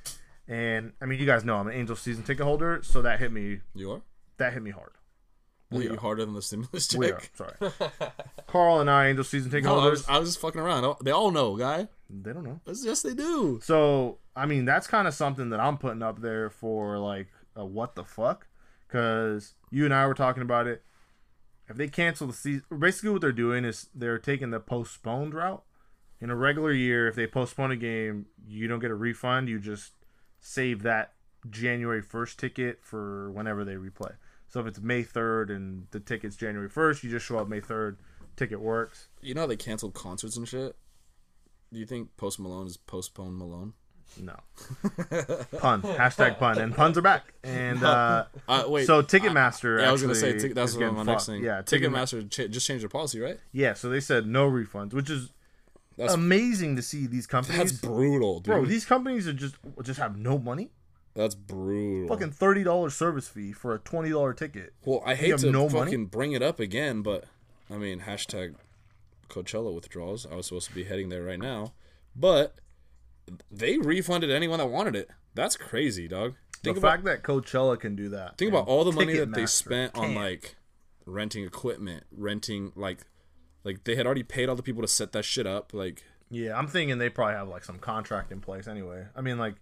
C: And I mean, you guys know I'm an Angels season ticket holder, so that hit me.
E: You are?
C: That hit me hard.
E: We are harder than the stimulus check.
C: We are sorry.
E: [LAUGHS]
C: Carl and I, Angels season ticket
E: No, I
C: holders.
E: was, I was just fucking around. Oh, They all know, guy.
C: They don't know.
E: That's- Yes, they do.
C: So I mean, that's kind of something that I'm putting up there for like a what the fuck, because you and I were talking about it. If they cancel the season, basically what they're doing is they're taking the postponed route. In a regular year, if they postpone a game, you don't get a refund. You just save that January 1st ticket for whenever they replay. So if it's May 3rd and the ticket's January 1st, you just show up May 3rd. Ticket works.
E: You know how they canceled concerts and shit? Do you think Post Malone is postponed Malone?
C: No.
E: [LAUGHS]
C: pun. Hashtag pun. And puns are back. And uh,
E: Uh, wait.
C: so Ticketmaster.
E: yeah, I was gonna
C: actually
E: say tick that's
C: is
E: what
C: getting
E: my next
C: fucked.
E: thing.
C: Yeah, Ticketmaster.
E: Ticketmaster cha- just changed their policy, right?
C: Yeah, so they said no refunds, which is
E: That's-
C: Um, amazing to see these companies.
E: That's brutal, dude.
C: Bro, these companies are just just have no money.
E: that's brutal.
C: Fucking thirty dollars service fee for a twenty dollar ticket.
E: well, I
C: you
E: hate
C: have
E: to
C: no money?
E: fucking bring it up again, but I mean hashtag Coachella withdrawals. I was supposed to be heading there right now, but they refunded anyone that wanted it. That's crazy, dog. Think
C: the
E: about
C: fact that Coachella can do that.
E: Think
C: and
E: about all the money that they
C: Ticketmaster
E: spent on
C: can't.
E: like renting equipment, renting like like they had already paid all the people to set that shit up. Like
C: Yeah, I'm thinking they probably have like some contract in place anyway. I mean, like,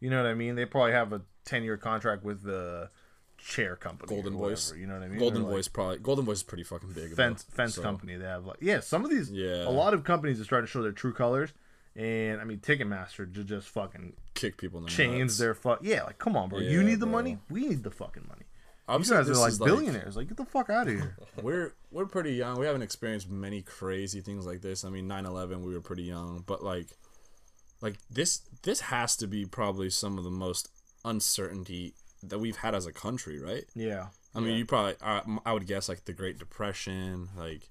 C: you know what I mean? They probably have a ten year contract with the chair company, or
E: Golden Voice.
C: whatever, You know what I mean?
E: Golden
C: Or, like,
E: Voice probably Golden Voice is pretty fucking big.
C: fence
E: though,
C: fence
E: so-
C: company. They have like yeah, some of these.
E: Yeah.
C: a lot of companies are starting to show their true colors, and I mean Ticketmaster to just fucking
E: kick people in the
C: chains
E: nuts.
C: their fuck. Yeah, like come on, bro. you
E: Yeah,
C: need the
E: bro.
C: money. We need the fucking money.
E: I'm
C: You
E: saying
C: guys are
E: this
C: like
E: is,
C: billionaires. Like, get the fuck out of
E: [LAUGHS]
C: here.
E: we're we're pretty young. We haven't experienced many crazy things like this. I mean, 9/11, we were pretty young, but like like this this has to be probably some of the most uncertainty that we've had as a country, right?
C: yeah,
E: I mean, you probably I, I would guess like the Great Depression, like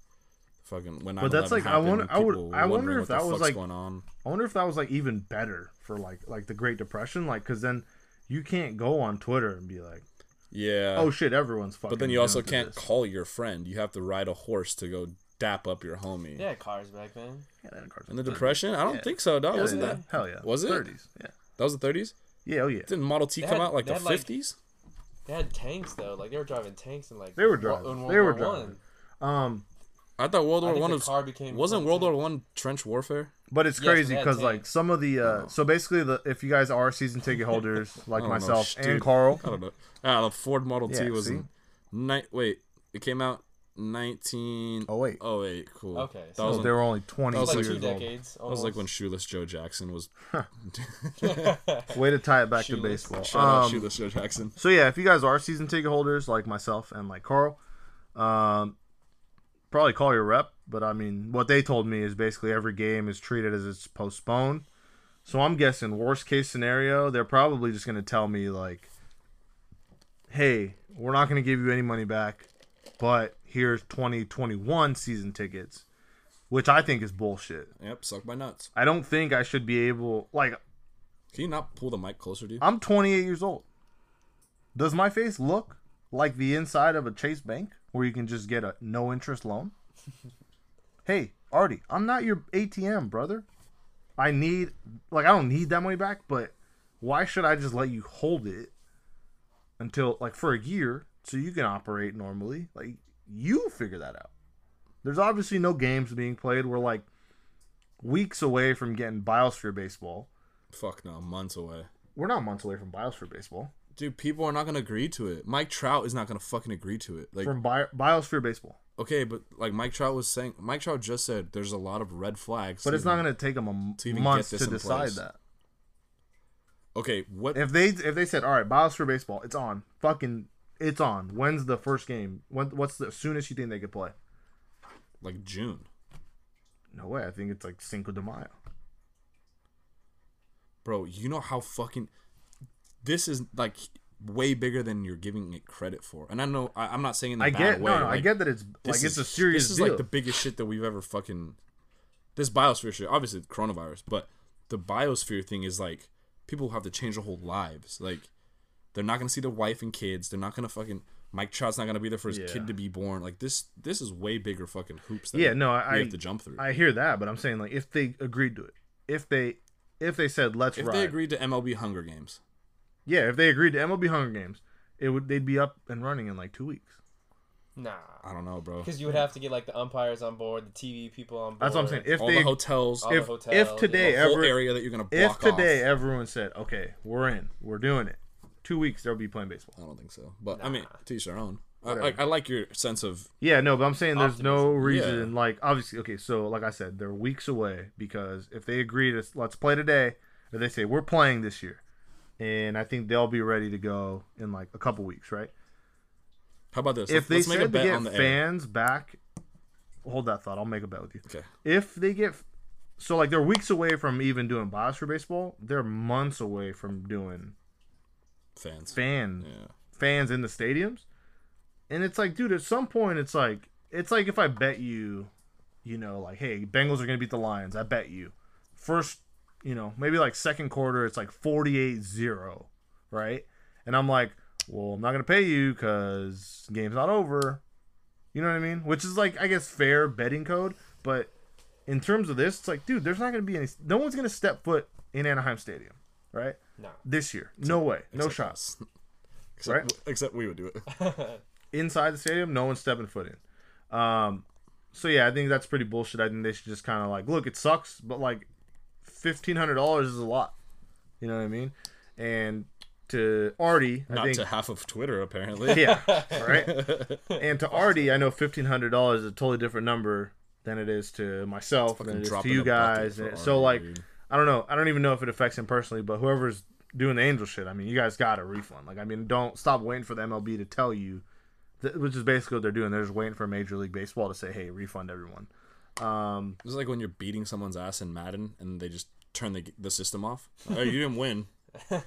E: fucking when.
C: But that's,
E: 9/11
C: like, I
E: happened,
C: wonder- I would-
E: people
C: I
E: wondering
C: wonder if
E: what the
C: that was,
E: fuck's
C: like-
E: going on.
C: I wonder if that was like even better for like like the Great Depression, like because then you can't go on Twitter and be like,
E: Yeah.
C: oh shit, everyone's fucking.
E: but then you also
C: doing
E: can't
C: this.
E: call your friend. You have to ride a horse to go dap up your homie.
A: Yeah, cars back then.
C: Yeah, that card's
E: In the
C: like
E: Depression, I don't
C: Yeah.
E: think so, dog.
C: 30.
E: Wasn't
C: Yeah,
E: that?
C: yeah. Hell yeah.
E: Was it?
C: Thirties. Yeah.
E: That was the 30s.
C: Yeah. Oh yeah.
E: Didn't Model T
A: They
E: come
A: had-
E: out like
A: they
E: the
A: had, like-
E: 50s?
A: They had tanks though. Like they were driving tanks and like
C: They were
A: Wo-
C: driving.
A: in
C: They
A: War
C: were driving.
A: One.
C: Um,
E: I thought World
A: I
E: War
A: think
E: One
A: the
E: was
A: car became
E: wasn't
A: like
E: World War
A: tank.
E: One trench warfare.
C: but it's
A: Yes, but
C: crazy
A: they had
C: because like
A: tanks.
C: some of the uh, so basically the if you guys are season
E: [LAUGHS]
C: ticket holders like
E: I don't know,
C: myself
E: sh-
C: and
E: dude.
C: Carl,
E: I
A: [LAUGHS]
E: don't know. Ah, the Ford Model T
C: Yeah,
E: was
C: see?
E: in night. Wait, it came out 19.
C: Oh, wait.
E: Oh wait, cool.
A: Okay,
E: that
A: so-
E: was
C: so
E: when-
C: they were only twenty
E: was
A: It's like
C: years
A: two
C: old.
A: decades.
E: That was like when Shoeless Joe Jackson was.
C: Way to tie it back to
A: Shoeless.
C: baseball.
E: Shout out
C: Um,
E: Shoeless Joe Jackson.
C: So yeah, if you guys are season ticket holders like myself and like Carl, um, probably call your rep. But I mean, what they told me is basically every game is treated as it's postponed. So I'm guessing worst case scenario, they're probably just gonna tell me like, "Hey, we're not gonna give you any money back, but here's 2021 season tickets," which I think is bullshit.
E: Yep, suck my nuts.
C: I don't think I should be able like
E: Can you not pull the mic closer, dude?
C: I'm 28 years old. Does my face look like the inside of a Chase Bank where you can just get a no interest loan? hey, Artie, I'm not your ATM, brother. I need, like, I don't need that money back, but why should I just let you hold it until, like, for a year so you can operate normally? Like, you figure that out. There's obviously no games being played. We're like weeks away from getting Biosphere baseball.
E: Fuck no, months away.
C: We're not months away from Biosphere baseball.
E: Dude, people are not gonna agree to it. Mike Trout is not gonna fucking agree to it. Like,
C: from bio- Biosphere Baseball.
E: okay, but like Mike Trout was saying, Mike Trout just said there's a lot of red flags.
C: But it's not
E: even-
C: going to take them a m-
E: to even
C: month
E: get
C: to
E: this in
C: decide
E: place.
C: that.
E: Okay, what?
C: If they if they said, "All right, Biosphere Baseball, it's on. Fucking, it's on. When's the first game? When, what's the soonest you think they could play?"
E: like June,
C: No way. I think it's like Cinco de Mayo.
E: bro. You know how fucking this is like way bigger than you're giving it credit for. And I know I, I'm not saying in a
C: I
E: bad
C: get
E: way.
C: no, no I
E: like,
C: get that it's like
E: this
C: it's a
E: is-
C: serious
E: This is
C: deal.
E: like the biggest shit that we've ever fucking. This biosphere shit, obviously the coronavirus, but the biosphere thing is like people have to change their whole lives. Like they're not gonna see their wife and kids. They're not gonna fucking. Mike Trout's not gonna be there for his
C: Yeah.
E: kid to be born. Like this, this is way bigger fucking hoops. That
C: Yeah, no,
E: we
C: I
E: have to jump through.
C: I hear that, but I'm saying like if they agreed to it, if they if they said let's
E: if
C: ride,
E: they agreed to MLB Hunger Games,
C: yeah, if they agreed to MLB Hunger Games, it would they'd be up and running in like two weeks.
A: Nah.
E: I don't know, bro.
A: Because you would have to get like the umpires on board, the TV people on board.
C: That's what I'm saying. If
E: All
C: they
E: the hotels,
A: All
E: the
A: the
C: if if
A: hotels,
C: today
A: yeah.
E: whole
C: ever
E: area that you're gonna block
C: if today
E: off.
C: everyone said okay, we're in, we're doing it, two weeks they'll be playing baseball.
E: I don't think so. But I mean, to each their own. I, I, I like your sense of
C: Yeah, no, but I'm saying there's no reason.
E: Yeah.
C: Like, obviously, okay, so like I said, they're weeks away because if they agree to let's play today, or they say we're playing this year, and I think they'll be ready to go in like a couple weeks, right?
E: how about this?
C: If they
E: Let's make a
C: said to
E: bet
C: get
E: on the air.
C: fans back, hold that thought. I'll make a bet with you.
E: Okay.
C: If they get, so like they're weeks away from even doing bios for baseball. They're months away from doing
E: Fans.
C: fan
E: Yeah.
C: fans in the stadiums. And it's like, dude, at some point, it's like, it's like if I bet you, you know, like, hey, Bengals are going to beat the Lions. I bet you. First, you know, maybe like second quarter, it's like 48 0, right? And I'm like, well, I'm not going to pay you because game's not over. You know what I mean? Which is like, I guess, fair betting code. But in terms of this, it's like, dude, there's not going to be any, no one's going to step foot in Anaheim Stadium, right?
A: Nah.
C: This year. No way. No
E: Except
C: shot.
E: us. [LAUGHS] Except,
C: Right?
E: except we would do it.
C: inside the stadium, no one's stepping foot in. Um, so yeah, I think that's pretty bullshit. I think they should just kind of like, look, it sucks, but like, fifteen hundred dollars is a lot. You know what I mean? And to Artie, I
E: Not
C: think
E: to half of Twitter, apparently.
C: [LAUGHS] yeah,
E: [LAUGHS]
C: right. And to Artie, I know fifteen hundred dollars is a totally different number than it is to myself, than
E: fucking
C: it is
E: drop
C: to
E: in
C: you
E: a bucket
C: guys.
E: for
C: And so like,
E: Artie, dude.
C: I don't know. I don't even know if it affects him personally, but whoever's doing the angel shit, I mean, you guys got a refund. Like, I mean, don't stop waiting for the MLB to tell you, th- which is basically what they're doing. They're just waiting for Major League Baseball to say, hey, refund everyone. Um,
E: It's like when you're beating someone's ass in Madden and they just turn the, the system off. Oh, you didn't win.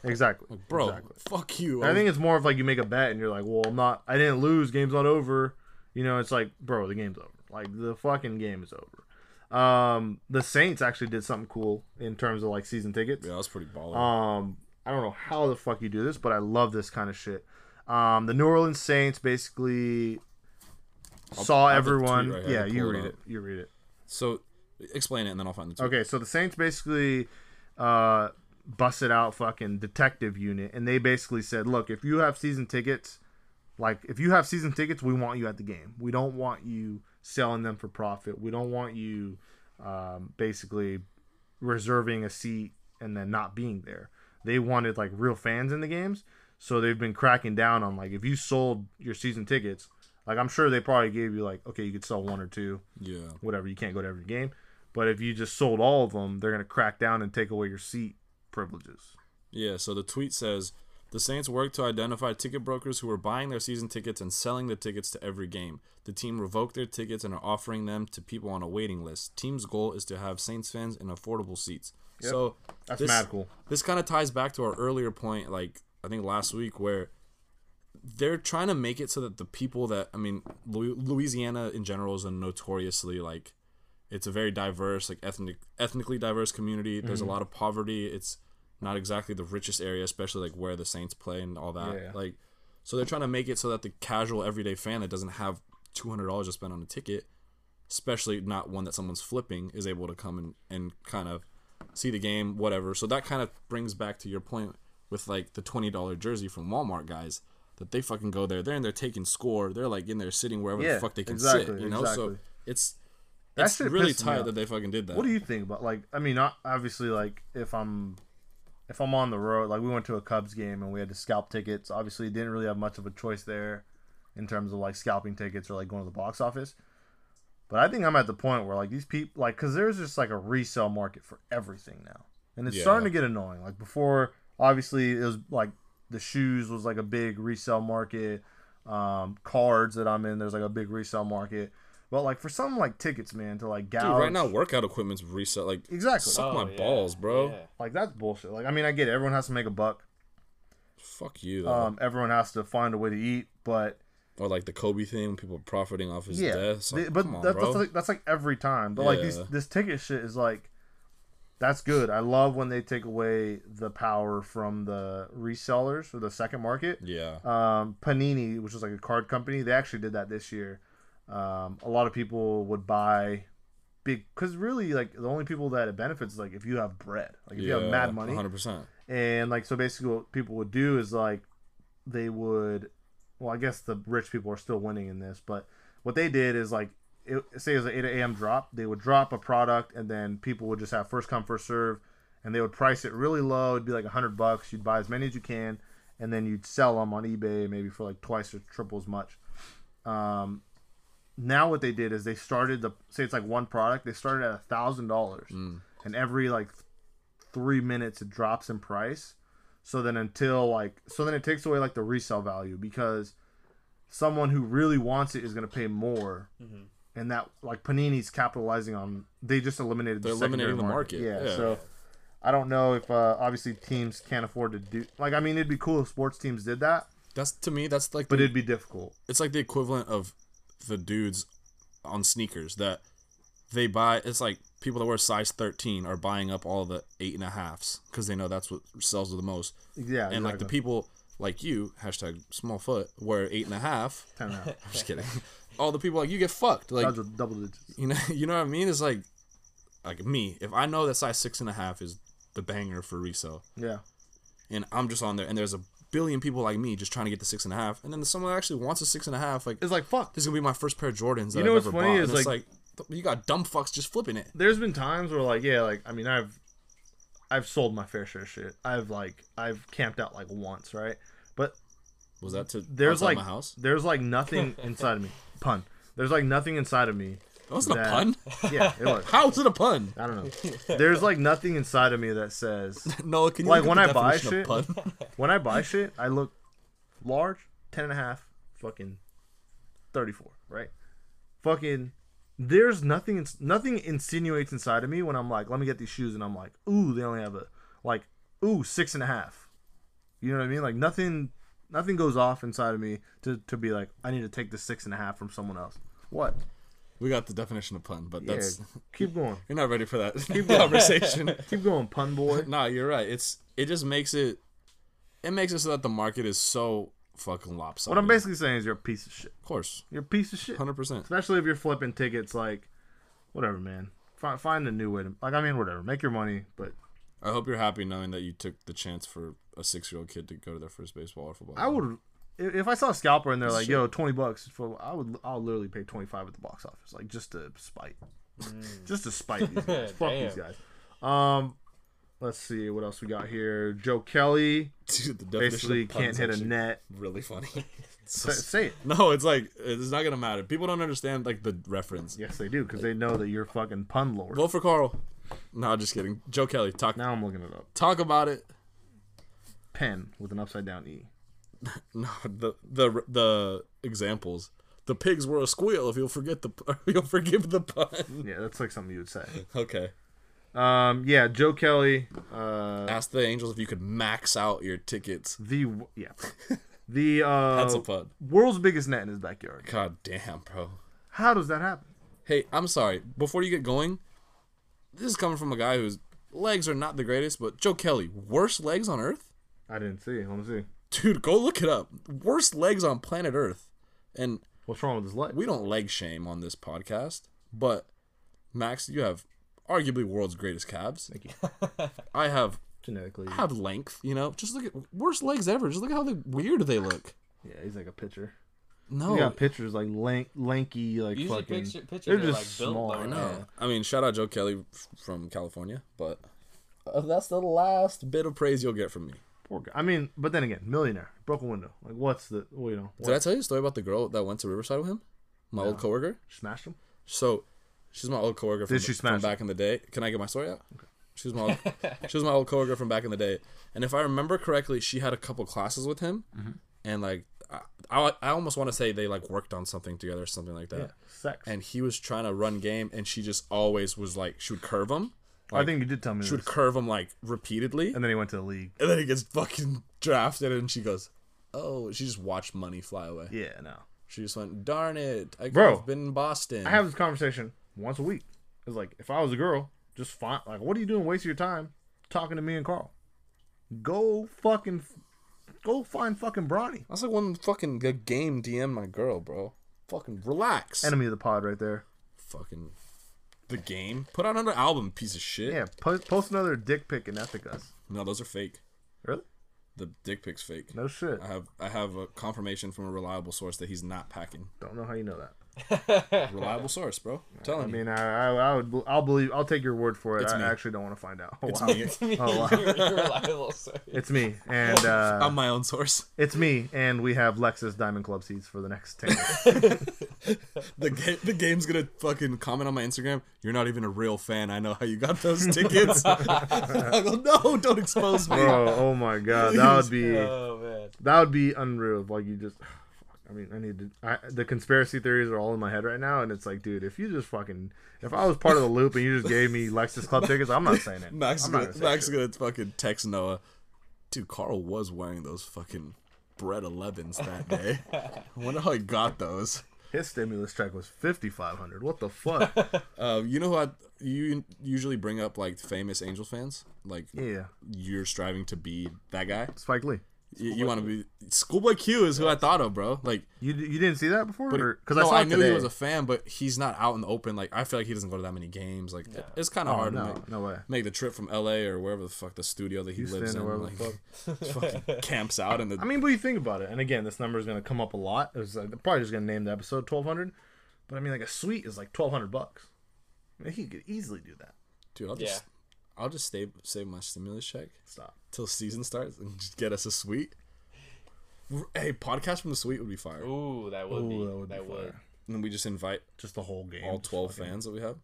C: exactly,
E: Bro,
C: Exactly.
E: fuck you.
C: I think it's more of like you make a bet and you're like, well, I'm not, I didn't lose, game's not over. You know, it's like, bro, the game's over. Like the fucking game is over. Um, the Saints actually did something cool in terms of like season tickets.
E: Yeah, that was pretty baller.
C: Um, I don't know how the fuck you do this, but I love this kind of shit. Um, the New Orleans Saints basically saw
E: I'll have the tweet
C: everyone.
E: right here.
C: yeah,
E: I'll
C: you
E: pull it
C: read
E: up.
C: it. You read it.
E: so explain it and then I'll find the tweet.
C: Okay, so the Saints basically uh, busted out fucking detective unit, and they basically said, "Look, if you have season tickets, like if you have season tickets, we want you at the game. We don't want you selling them for profit. We don't want you um, basically reserving a seat and then not being there. They wanted like real fans in the games, so they've been cracking down on like if you sold your season tickets." Like I'm sure they probably gave you like okay you could sell one or two
E: Yeah.
C: whatever. You can't go to every game. But if you just sold all of them, they're gonna crack down and take away your seat privileges.
E: Yeah, so the tweet says the Saints worked to identify ticket brokers who were buying their season tickets and selling the tickets to every game. The team revoked their tickets and are offering them to people on a waiting list. Team's goal is to have Saints fans in affordable seats. So
C: That's
E: this,
C: mad cool.
E: This kind of ties back to our earlier point, like I think last week, where they're trying to make it so that the people that I mean, Lu- Louisiana in general is a notoriously like it's a very diverse, like ethnic, ethnically diverse community. There's
C: Mm-hmm.
E: a lot of poverty. It's not exactly the richest area, especially like where the Saints play and all that.
C: Yeah.
E: Like, so they're trying to make it so that the casual everyday fan that doesn't have two hundred dollars to spend on a ticket, especially not one that someone's flipping, is able to come and and kind of see the game, whatever. So that kind of brings back to your point with like the twenty dollar jersey from Walmart guys that they fucking go there. They're in there taking score. They're like in there sitting wherever
C: Yeah,
E: the fuck they can sit.
C: exactly,
E: You know,
C: exactly.
E: so it's
C: That
E: it's
C: shit
E: really
C: pissed me off.
E: tight that they fucking did that.
C: What do you think about like? I mean, o- obviously, like if I'm if I'm on the road, like we went to a Cubs game and we had to scalp tickets. Obviously, didn't really have much of a choice there in terms of like scalping tickets or like going to the box office. But I think I'm at the point where like these people like because there's just like a resale market for everything now, and it's
E: Yeah.
C: starting to get annoying. Like before, obviously it was like the shoes was like a big resale market. Um, cards that I'm in, there's like a big resale market. But like for something like tickets, man, to like gouge
E: Dude, right now workout equipment's reset. Like
C: Exactly.
E: Suck my balls, bro.
A: Oh, yeah.
C: like that's bullshit. Like I mean, I get it. everyone has to make a buck.
E: fuck you. though.
C: Um, everyone has to find a way to eat, but
E: or like the Kobe thing, people profiting off his
C: yeah,
E: death. It's
C: they-
E: like,
C: but
E: come on,
C: that's,
E: bro.
C: that's like that's like every time. But like these
E: Yeah.
C: this ticket shit is like That's good. I love when they take away the power from the resellers for the second market.
E: Yeah.
C: Um, Panini, which was like a card company, they actually did that this year. Um, a lot of people would buy big because really, like the only people that it benefits is like if you have bread, like if you have mad money,
E: 100%.
C: and like so basically what people would do is like they would well i guess the rich people are still winning in this but what they did is like it, say it was an 8 a.m drop they would drop a product and then people would just have first come first serve and they would price it really low it'd be like 100 bucks you'd buy as many as you can and then you'd sell them on ebay maybe for like twice or triple as much um, now what they did is they started the say it's like one product they started at a thousand dollars
E: Mm.
C: and every like three minutes it drops in price so then until like so then it takes away like the resale value because someone who really wants it is going to pay more
E: Mm-hmm.
C: and that like panini's capitalizing on they just eliminated
E: They're
C: the secondary
E: eliminating the market,
C: yeah,
E: yeah.
C: so i don't know if uh, obviously teams can't afford to do like i mean it'd be cool if sports teams did that
E: That's to me that's like
C: but
E: the,
C: it'd be difficult
E: it's like the equivalent of the dudes on sneakers that they buy. It's like people that wear size 13 are buying up all the eight and a halves because they know that's what sells the most.
C: yeah
E: and like the
C: exactly.
E: people like you, hashtag small foot, wear eight and a half. [LAUGHS] I'm
C: Time out. [LAUGHS]
E: just kidding. all the people like you get fucked. Like
C: That's a double digits
E: you know, [LAUGHS] you know what I mean? It's like like me. If I know that size six and a half is the banger for resale,
C: yeah
E: and I'm just on there, and there's a billion people like me just trying to get the six and a half, and then someone that actually wants a six and a half, like
C: it's like fuck
E: this is gonna be my first pair of Jordans that
C: You know what's
E: I've ever
C: funny
E: bought.
C: is,
E: and it's
C: like-
E: like th- you got dumb fucks just flipping it.
C: there's been times where like yeah like i mean i've i've sold my fair share of shit i've like i've camped out like once right but
E: Was that to
C: there's
E: outside
C: like
E: my house?
C: there's like nothing inside of me pun there's like nothing inside of me
E: That wasn't
C: that-
E: a pun. [LAUGHS]
C: yeah it was
E: How is it a pun?
C: i don't know there's like nothing inside of me that says
E: No, can you
C: Like,
E: look
C: when
E: at
C: I
E: the
C: buy
E: definition of
C: shit-
E: pun?
C: [LAUGHS] when i buy shit i look large 10 and a half fucking 34 right fucking there's nothing ins- nothing insinuates inside of me when i'm like let me get these shoes and i'm like ooh they only have a like ooh six and a half you know what i mean like nothing nothing goes off inside of me to, to be like i need to take the six and a half from someone else what
E: we got the definition of pun, but that's
C: yeah, keep going
E: you're not ready
C: [LAUGHS]
E: for that [LAUGHS] conversation.
C: keep going pun
E: [LAUGHS]
C: boy
E: no, you're right. It's it just makes it it makes it so that the market is so fucking lopsided.
C: what i'm basically saying is you're a piece of shit
E: of course,
C: you're a piece of shit
E: hundred percent.
C: especially if you're flipping tickets like whatever man find, find a new way to like i mean whatever make your money but
E: I hope you're happy knowing that you took the chance for a six year old kid to go to their first baseball or football.
C: i would if if i saw a scalper and they're like yo 20 bucks for i would i'll literally pay 25 at the box office like just to spite [LAUGHS] just to spite these guys fuck these
A: Damn.
C: guys um let's see what else we got here joe kelly [LAUGHS]
E: Dude, the definition
C: basically
E: of pun's
C: can't hit a
E: actually
C: net [LAUGHS]
E: Really funny.
C: Say- say it
E: no, it's like it's not gonna matter. People don't understand like the reference.
C: yes they do because they know that you're fucking pun lord
E: Vote for Carl. No, just kidding. Joe Kelly, talk
C: now i'm looking it up
E: talk about it. [LAUGHS]
C: pen with an upside down e
E: No, the the the examples. The pigs were a squeal. If you'll forget the, [LAUGHS] you'll forgive the pun. [LAUGHS]
C: yeah that's like something you would say
E: Okay.
C: um yeah joe kelly uh
E: Ask the angels if you could max out your tickets.
C: The w- [LAUGHS] yeah, the uh,
E: That's a pun.
C: world's biggest net in his backyard.
E: God damn, bro.
C: How does that happen?
E: Hey, I'm sorry. Before you get going, this is coming from a guy whose legs are not the greatest, but Joe Kelly, worst legs on Earth?
C: I didn't see. Let me see.
E: Dude, go look it up. Worst legs on planet Earth. And
C: What's wrong with his leg?
E: we don't leg shame on this podcast, but Max, you have arguably world's greatest calves. Thank you. I have
C: Genetically,
E: I have length, you know. Just look at worst legs ever. Just look at how they, weird they look.
C: yeah, he's like a pitcher.
E: No,
C: He got pictures like lank, lanky, like
A: Usually
C: fucking.
A: picture- pictures
C: they're
A: are,
C: just
A: like, built
C: small.
A: like
C: yeah.
A: that.
E: I mean, shout out Joe Kelly f- from California, but uh, that's the last bit of praise you'll get from me.
C: Poor guy. I mean, but then again, millionaire, broke a window. Like, what's the? Well, you know,
E: Did I
C: what,
E: tell you the story about the girl that went to Riverside with him? My old coworker.
C: smashed him.
E: So, she's my old coworker from,
C: Did she
E: from
C: smash
E: back in the day. Can I get my story out? She was my old, she was my old coworker from back in the day, and if I remember correctly, she had a couple classes with him, and like I, I, I almost want to say they like worked on something together or something like that.
C: Sex.
E: and he was trying to run game, and she just always was like, she would curve him.
C: I think you did tell me.
E: She would
C: This.
E: curve him like repeatedly,
C: And then he went to the league.
E: and then he gets fucking drafted, and she goes, "Oh!" She just watched money fly away.
C: Yeah, no.
E: She just went, "Darn it! I could
C: Bro,
E: have been in Boston."
C: I have this conversation once a week. It's like if I was a girl, Just fine. Like, what are you doing? Wasting your time talking to me and Carl. Go fucking, go find fucking Bronny.
E: That's like when fucking the game DM my girl, bro. Fucking relax.
C: Enemy of the pod, right there.
E: fucking the game. Put out another album, piece of shit.
C: Yeah, post, post another dick pic and epic us.
E: No, those are fake.
C: Really?
E: The dick pic's fake.
C: No shit.
E: I have I have a confirmation from a reliable source that he's not packing.
C: Don't know how you know that. [LAUGHS]
E: Reliable source, bro. I'm telling
C: I
E: you.
C: mean, I, I, I would, bel- I'll believe, I'll take your word for it.
E: It's
C: I
E: me.
C: actually don't want to find out. [LAUGHS] Oh,
E: It's
C: wow.
E: me.
A: you're, [LAUGHS]
C: wow.
A: you're reliable,
C: [LAUGHS]
A: so.
C: It's me, and uh,
E: [LAUGHS] I'm my own source.
C: it's me, and we have Lexus Diamond Club seats for the next ten.
E: [LAUGHS]
C: years.
E: The game, the game's gonna fucking comment on my Instagram. You're not even a real fan. I know how you got those
C: [LAUGHS]
E: tickets. I go, no, don't expose me.
C: Bro, oh my god, that would be
A: Oh man.
C: that would be unreal. Like you just, [SIGHS] I mean, I need to. I, the conspiracy theories are all in my head right now, and it's like, dude, if you just fucking, if I was part of the loop and you just gave me Lexus Club tickets, I'm
E: [LAUGHS]
C: not saying it.
E: Max is
C: I'm not
E: gonna,
C: gonna say
E: Max is
C: shit.
E: gonna fucking text Noah. Dude, Carl was wearing those fucking bread 11s
C: [LAUGHS]
E: that day. I wonder how he got those.
C: His stimulus check was fifty five hundred. What the
E: [LAUGHS]
C: fuck?
E: Uh, you know who I you usually bring up like famous Angels fans? Like
C: yeah,
E: you're striving to be that guy.
C: Spike Lee.
E: You, want to be Schoolboy Q is who I thought of, bro. Like
C: You you didn't see that before? Because
E: no,
C: I saw it
E: knew
C: today.
E: he was a fan, but he's not out in the open. Like I feel like he doesn't go to that many games. Like it's kind of hard to
C: Oh, no,
E: make,
C: no way.
E: make the trip from L.A. or wherever the fuck the studio that he
C: Houston
E: lives
C: or
E: in.
C: wherever
E: Like,
C: the fuck.
E: just [LAUGHS]
C: [LAUGHS]
E: fucking camps out in the
C: I mean, but you think about it, and again, this number is going to come up a lot. It was like, they're probably just going to name the episode twelve hundred, but I mean, like a suite is like twelve hundred bucks. I mean, he could easily do that.
E: dude. I'll
A: Yeah.
E: just I'll just save save my stimulus check
C: Stop.
E: till season starts and just get us a suite. R- Hey, podcast from the suite would be fire.
A: Ooh, that would be.
C: Ooh, that would be
A: that would.
C: fire.
E: And then we just invite
C: Just the whole game.
E: all
C: Just
E: twelve
C: fucking-
E: fans that we have.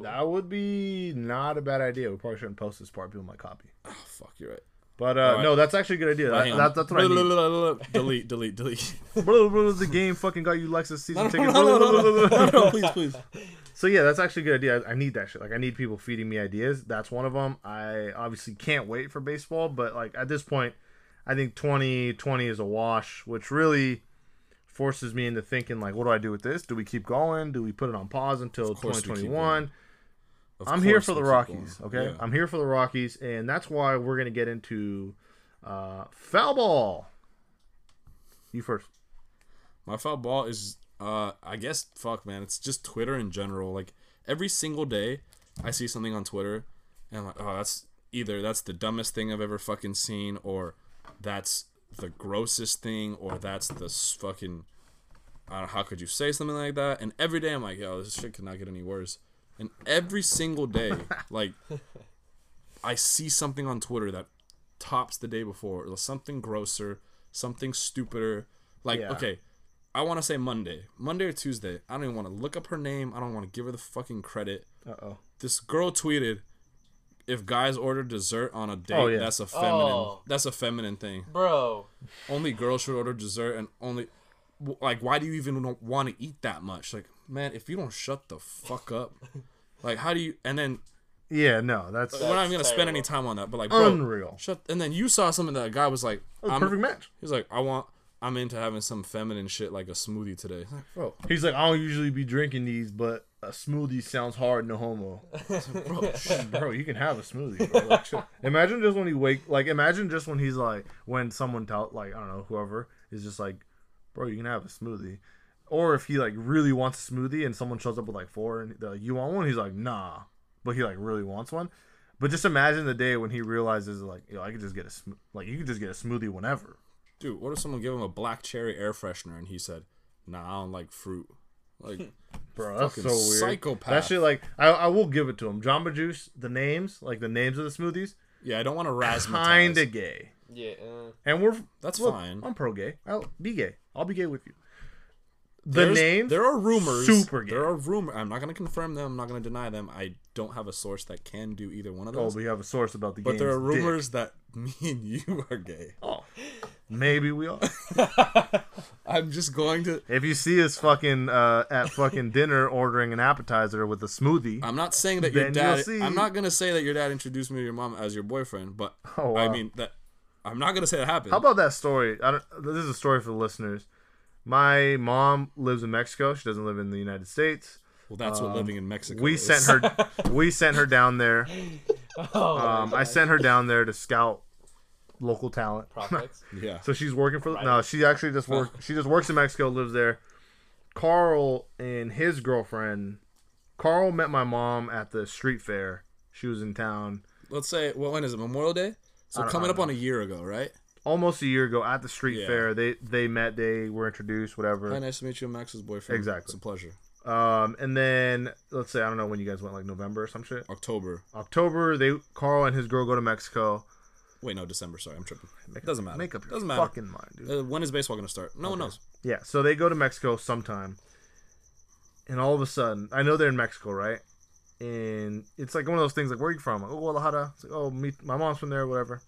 C: That would be not a bad idea. We probably shouldn't post this part. People might copy.
E: Oh, fuck, you're right.
C: But uh,
E: right.
C: no, that's actually a good idea.
E: Hang
C: That,
E: on.
C: that, that's what
E: [LAUGHS]
C: I need.
E: Delete,
C: [LAUGHS]
E: delete, delete.
C: Blah, blah, blah, the game fucking got you Lexus
E: [LAUGHS]
C: season tickets. Blah, blah, blah, blah, blah.
E: no, no, [LAUGHS] please, please.
C: So yeah, that's actually a good idea. I, I need that shit. Like I need people feeding me ideas. That's one of them. I obviously can't wait for baseball, but like at this point, I think 2020 is a wash, which really forces me into thinking like, what do I do with this? Do we keep going? Do we put it on pause until
E: course we keep
C: 2021?
E: Of
C: I'm here
E: course
C: for the
E: we keep
C: Rockies.
E: going.
C: Okay,
E: Yeah.
C: I'm here for the Rockies, and that's why we're gonna get into uh, foul ball. You first.
E: My foul ball is, uh, I guess, fuck, man. It's just Twitter in general. Like every single day, I see something on Twitter, and I'm like, oh, that's either that's the dumbest thing I've ever fucking seen, or that's the grossest thing, or that's the s- fucking. I don't know, how could you say something like that? And every day I'm like, yo, this shit could not get any worse. And every
C: [LAUGHS]
E: single day, like, I see something on Twitter that tops the day before, or something grosser, something stupider. Like,
C: Yeah.
E: okay, I want to say Monday, Monday or Tuesday. I don't even want to look up her name. I don't want to give her the fucking credit.
C: Uh oh.
E: This girl tweeted, "If guys order dessert on a date,
C: Oh, yeah.
E: that's a feminine.
A: Oh.
E: That's a feminine thing.
A: Bro,
E: Only girls should order dessert, and only w- like why do you even want to eat that much? Like, man, if you don't shut the
A: [LAUGHS]
E: fuck up, like how do you? And then
C: Yeah, no, that's
E: we're not even gonna
A: That's
E: spend any
A: terrible.
E: time on that. But like, bro,
C: Unreal.
E: Shut. And then you saw something that a guy was like,
C: a
E: I'm,
C: perfect match.
E: He's like, I want. I'm into having some feminine shit like a smoothie today. It's like, bro,
C: He's like, I don't usually be drinking these, but a smoothie sounds hard, no homo.
E: bro,
C: bro, you can have a smoothie. Bro. Like, shit. imagine just when he wake, like, imagine just when he's like, when someone tell, like, I don't know, whoever is just like, bro, you can have a smoothie. Or if he like really wants a smoothie and someone shows up with like four and they're like, you want one? He's like, nah, but he like really wants one. But just imagine the day when he realizes like, yo, I could just get a sm- like, you could just get a smoothie whenever.
E: dude, what if someone gave him a black cherry air freshener and he said, Nah, I don't like fruit.
A: [LAUGHS]
E: Like,
C: Bro, that's so
E: Fucking
C: weird.
E: psychopath.
C: That shit, like, I, I will give it to him. Jamba Juice, the names, like the names of the smoothies,
E: yeah, I
C: [LAUGHS]
E: don't want to razzmatazz.
C: kinda gay.
A: yeah, uh,
C: And we're
E: That's fine.
C: I'm pro gay. I'll be gay. I'll be gay with you. The
E: There's-
C: names.
E: There are rumors.
C: super gay.
E: There are rumors. I'm not gonna confirm them. I'm not gonna deny them. I don't have a source that can do either one of
C: oh,
E: those.
C: we have a source about the.
E: but there are
C: game's dick.
E: rumors that [LAUGHS] me and you are gay.
C: Oh, maybe we are. [LAUGHS]
E: I'm just going to.
C: if you see us fucking uh, at fucking dinner ordering an appetizer with a smoothie,
E: I'm not saying that your
C: Then
E: dad.
C: you'll see.
E: I'm not gonna say that your dad introduced me to your mom as your boyfriend. But
C: Oh, wow.
E: I mean that. I'm not gonna say that happened.
C: How about that story? I don't, this is a story for the listeners. My mom lives in Mexico. She doesn't live in the United States.
E: Well, that's what living in Mexico.
C: um, We
E: is.
C: sent her. we sent her down there.
A: [LAUGHS] Oh,
C: Um, I sent her down there to scout local talent.
A: Prospects.
E: [LAUGHS] Yeah.
C: So she's working for no. She actually just work. She just works in Mexico. Lives there. Carl and his girlfriend. Carl met my mom at the street fair. She was in town
E: Let's say, well, when is it? Memorial Day. So
C: don't-
E: coming
C: I
E: up on a year ago, right?
C: almost a year ago at the street
E: Yeah.
C: fair. They they met. They were introduced. Whatever.
E: Hi, nice to meet you, I'm Max's boyfriend.
C: Exactly.
E: It's a pleasure.
C: Um, and then let's say I don't know when you guys went, like November or some shit.
E: October.
C: October, they Carl and his girl go to Mexico.
E: Wait, no, December. Sorry, I'm tripping. Doesn't matter.
C: Make up your
E: Doesn't matter.
C: fucking mind, dude.
E: Uh, when is baseball gonna start? No one knows.
C: Yeah, so they go to Mexico sometime, and all of a sudden, I know they're in Mexico, right? And it's like one of those things, like where are you from? Like, oh, Guadalajara. It's like, oh, me, my mom's from there, whatever.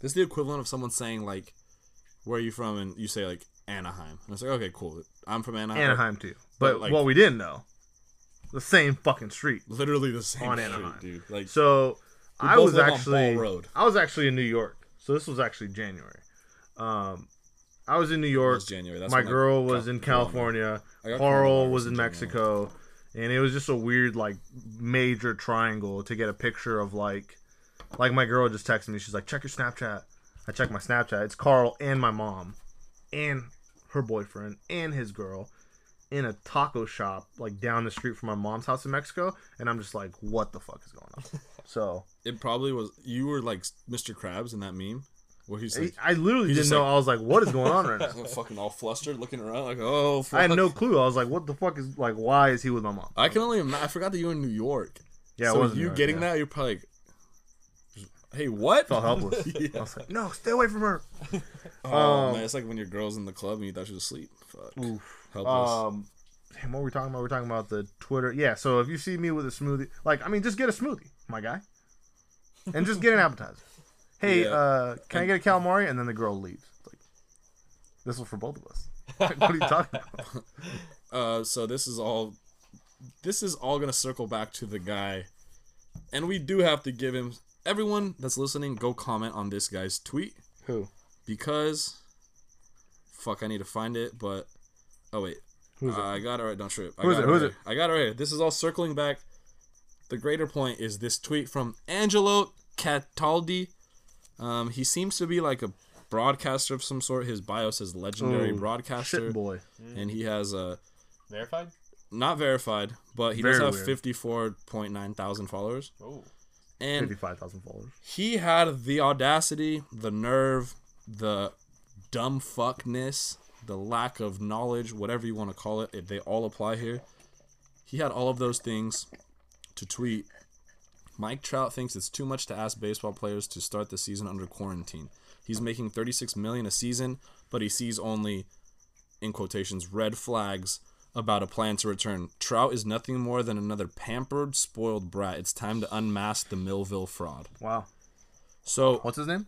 E: This is the equivalent of someone saying like, "Where are you from?" and you say like Anaheim, and it's like, "Okay, cool. I'm from Anaheim."
C: Anaheim too. But,
E: Uh, But, like-
C: what we didn't know, the same fucking street.
E: Literally the same
C: On
E: shit,
C: Anaheim.
E: dude. Like,
C: So
E: We
C: I
E: both
C: was
E: live on
C: actually
E: Ball Road.
C: I was actually in New York. So this was actually January. Um, I was in New
E: it
C: York.
E: was January. That's
C: my
E: when I
C: girl
E: got
C: was in
E: corona.
C: California.
E: I got
C: Carl
E: coronavirus
C: was
E: in
C: in
E: January.
C: Mexico, and it was just a weird like major triangle to get a picture of like, like my girl just texted me. She's like, check your Snapchat. I check my Snapchat. It's Carl and my mom, and her boyfriend and his girl, in a taco shop like down the street from my mom's house in Mexico. And I'm just like, what the fuck is going on? So
E: It probably was. You were like Mr. Krabs in that meme where he's
C: I,
E: like
C: I literally
E: He's
C: didn't
E: just
C: know.
E: like-
C: I was like, what is going on right now?
E: [LAUGHS] fucking all flustered, looking around like, "Oh, fuck.
C: I had no clue. I was like, what the fuck is like? Why is he with my mom?
E: I can only. ima- I forgot that you were in New York.
C: Yeah,
E: so
C: it wasn't
E: you
C: her,
E: getting
C: yeah.
E: that, you're probably like, "Hey, what?"
C: felt helpless. I
E: [LAUGHS] Yeah.
C: was like, no, stay away from her. Um,
E: Oh man, it's like when your girl's in the club and you thought she was asleep. Fuck. Helpless.
C: Um, damn, what were we talking about? We are talking about the Twitter. Yeah, so if you see me with a smoothie, like, I mean, just get a smoothie, my guy. And just get an appetizer. Hey,
E: Yeah.
C: uh, can I get a calamari? And then the girl leaves. It's Like, this was for both of us. [LAUGHS] Like, what are you talking
E: [LAUGHS]
C: about?
E: Uh, so this is all this is all gonna circle back to the guy and we do have to give him everyone that's listening go comment on this guy's tweet
C: Who?
E: because fuck i need to find it but oh wait
C: Who's
E: Uh, i got it right don't trip I
C: Who is
E: got
C: it? Who is
E: right
C: it?
E: here. i got it right here this is all circling back the greater point is this tweet from angelo cataldi um, he seems to be like a broadcaster of some sort his bio says legendary
C: Oh,
E: broadcaster
C: Shit boy.
E: and he has a
A: Verified?
E: not verified, but he
C: Very
E: does have
C: weird.
E: fifty four point nine thousand followers.
C: [LAUGHS]
A: [LAUGHS] Oh.
E: And
C: 55,000 followers.
E: he had the audacity, the nerve, the dumb fuckness, the lack of knowledge, whatever you want to call it, it- they all apply here. He had all of those things to tweet. Mike Trout thinks it's too much to ask baseball players to start the season under quarantine. He's making 36 million a season, but he sees only in quotations red flags about a plan to return. Trout is nothing more than another pampered, spoiled brat. It's time to unmask the Millville fraud.
C: Wow.
E: So
C: What's his name?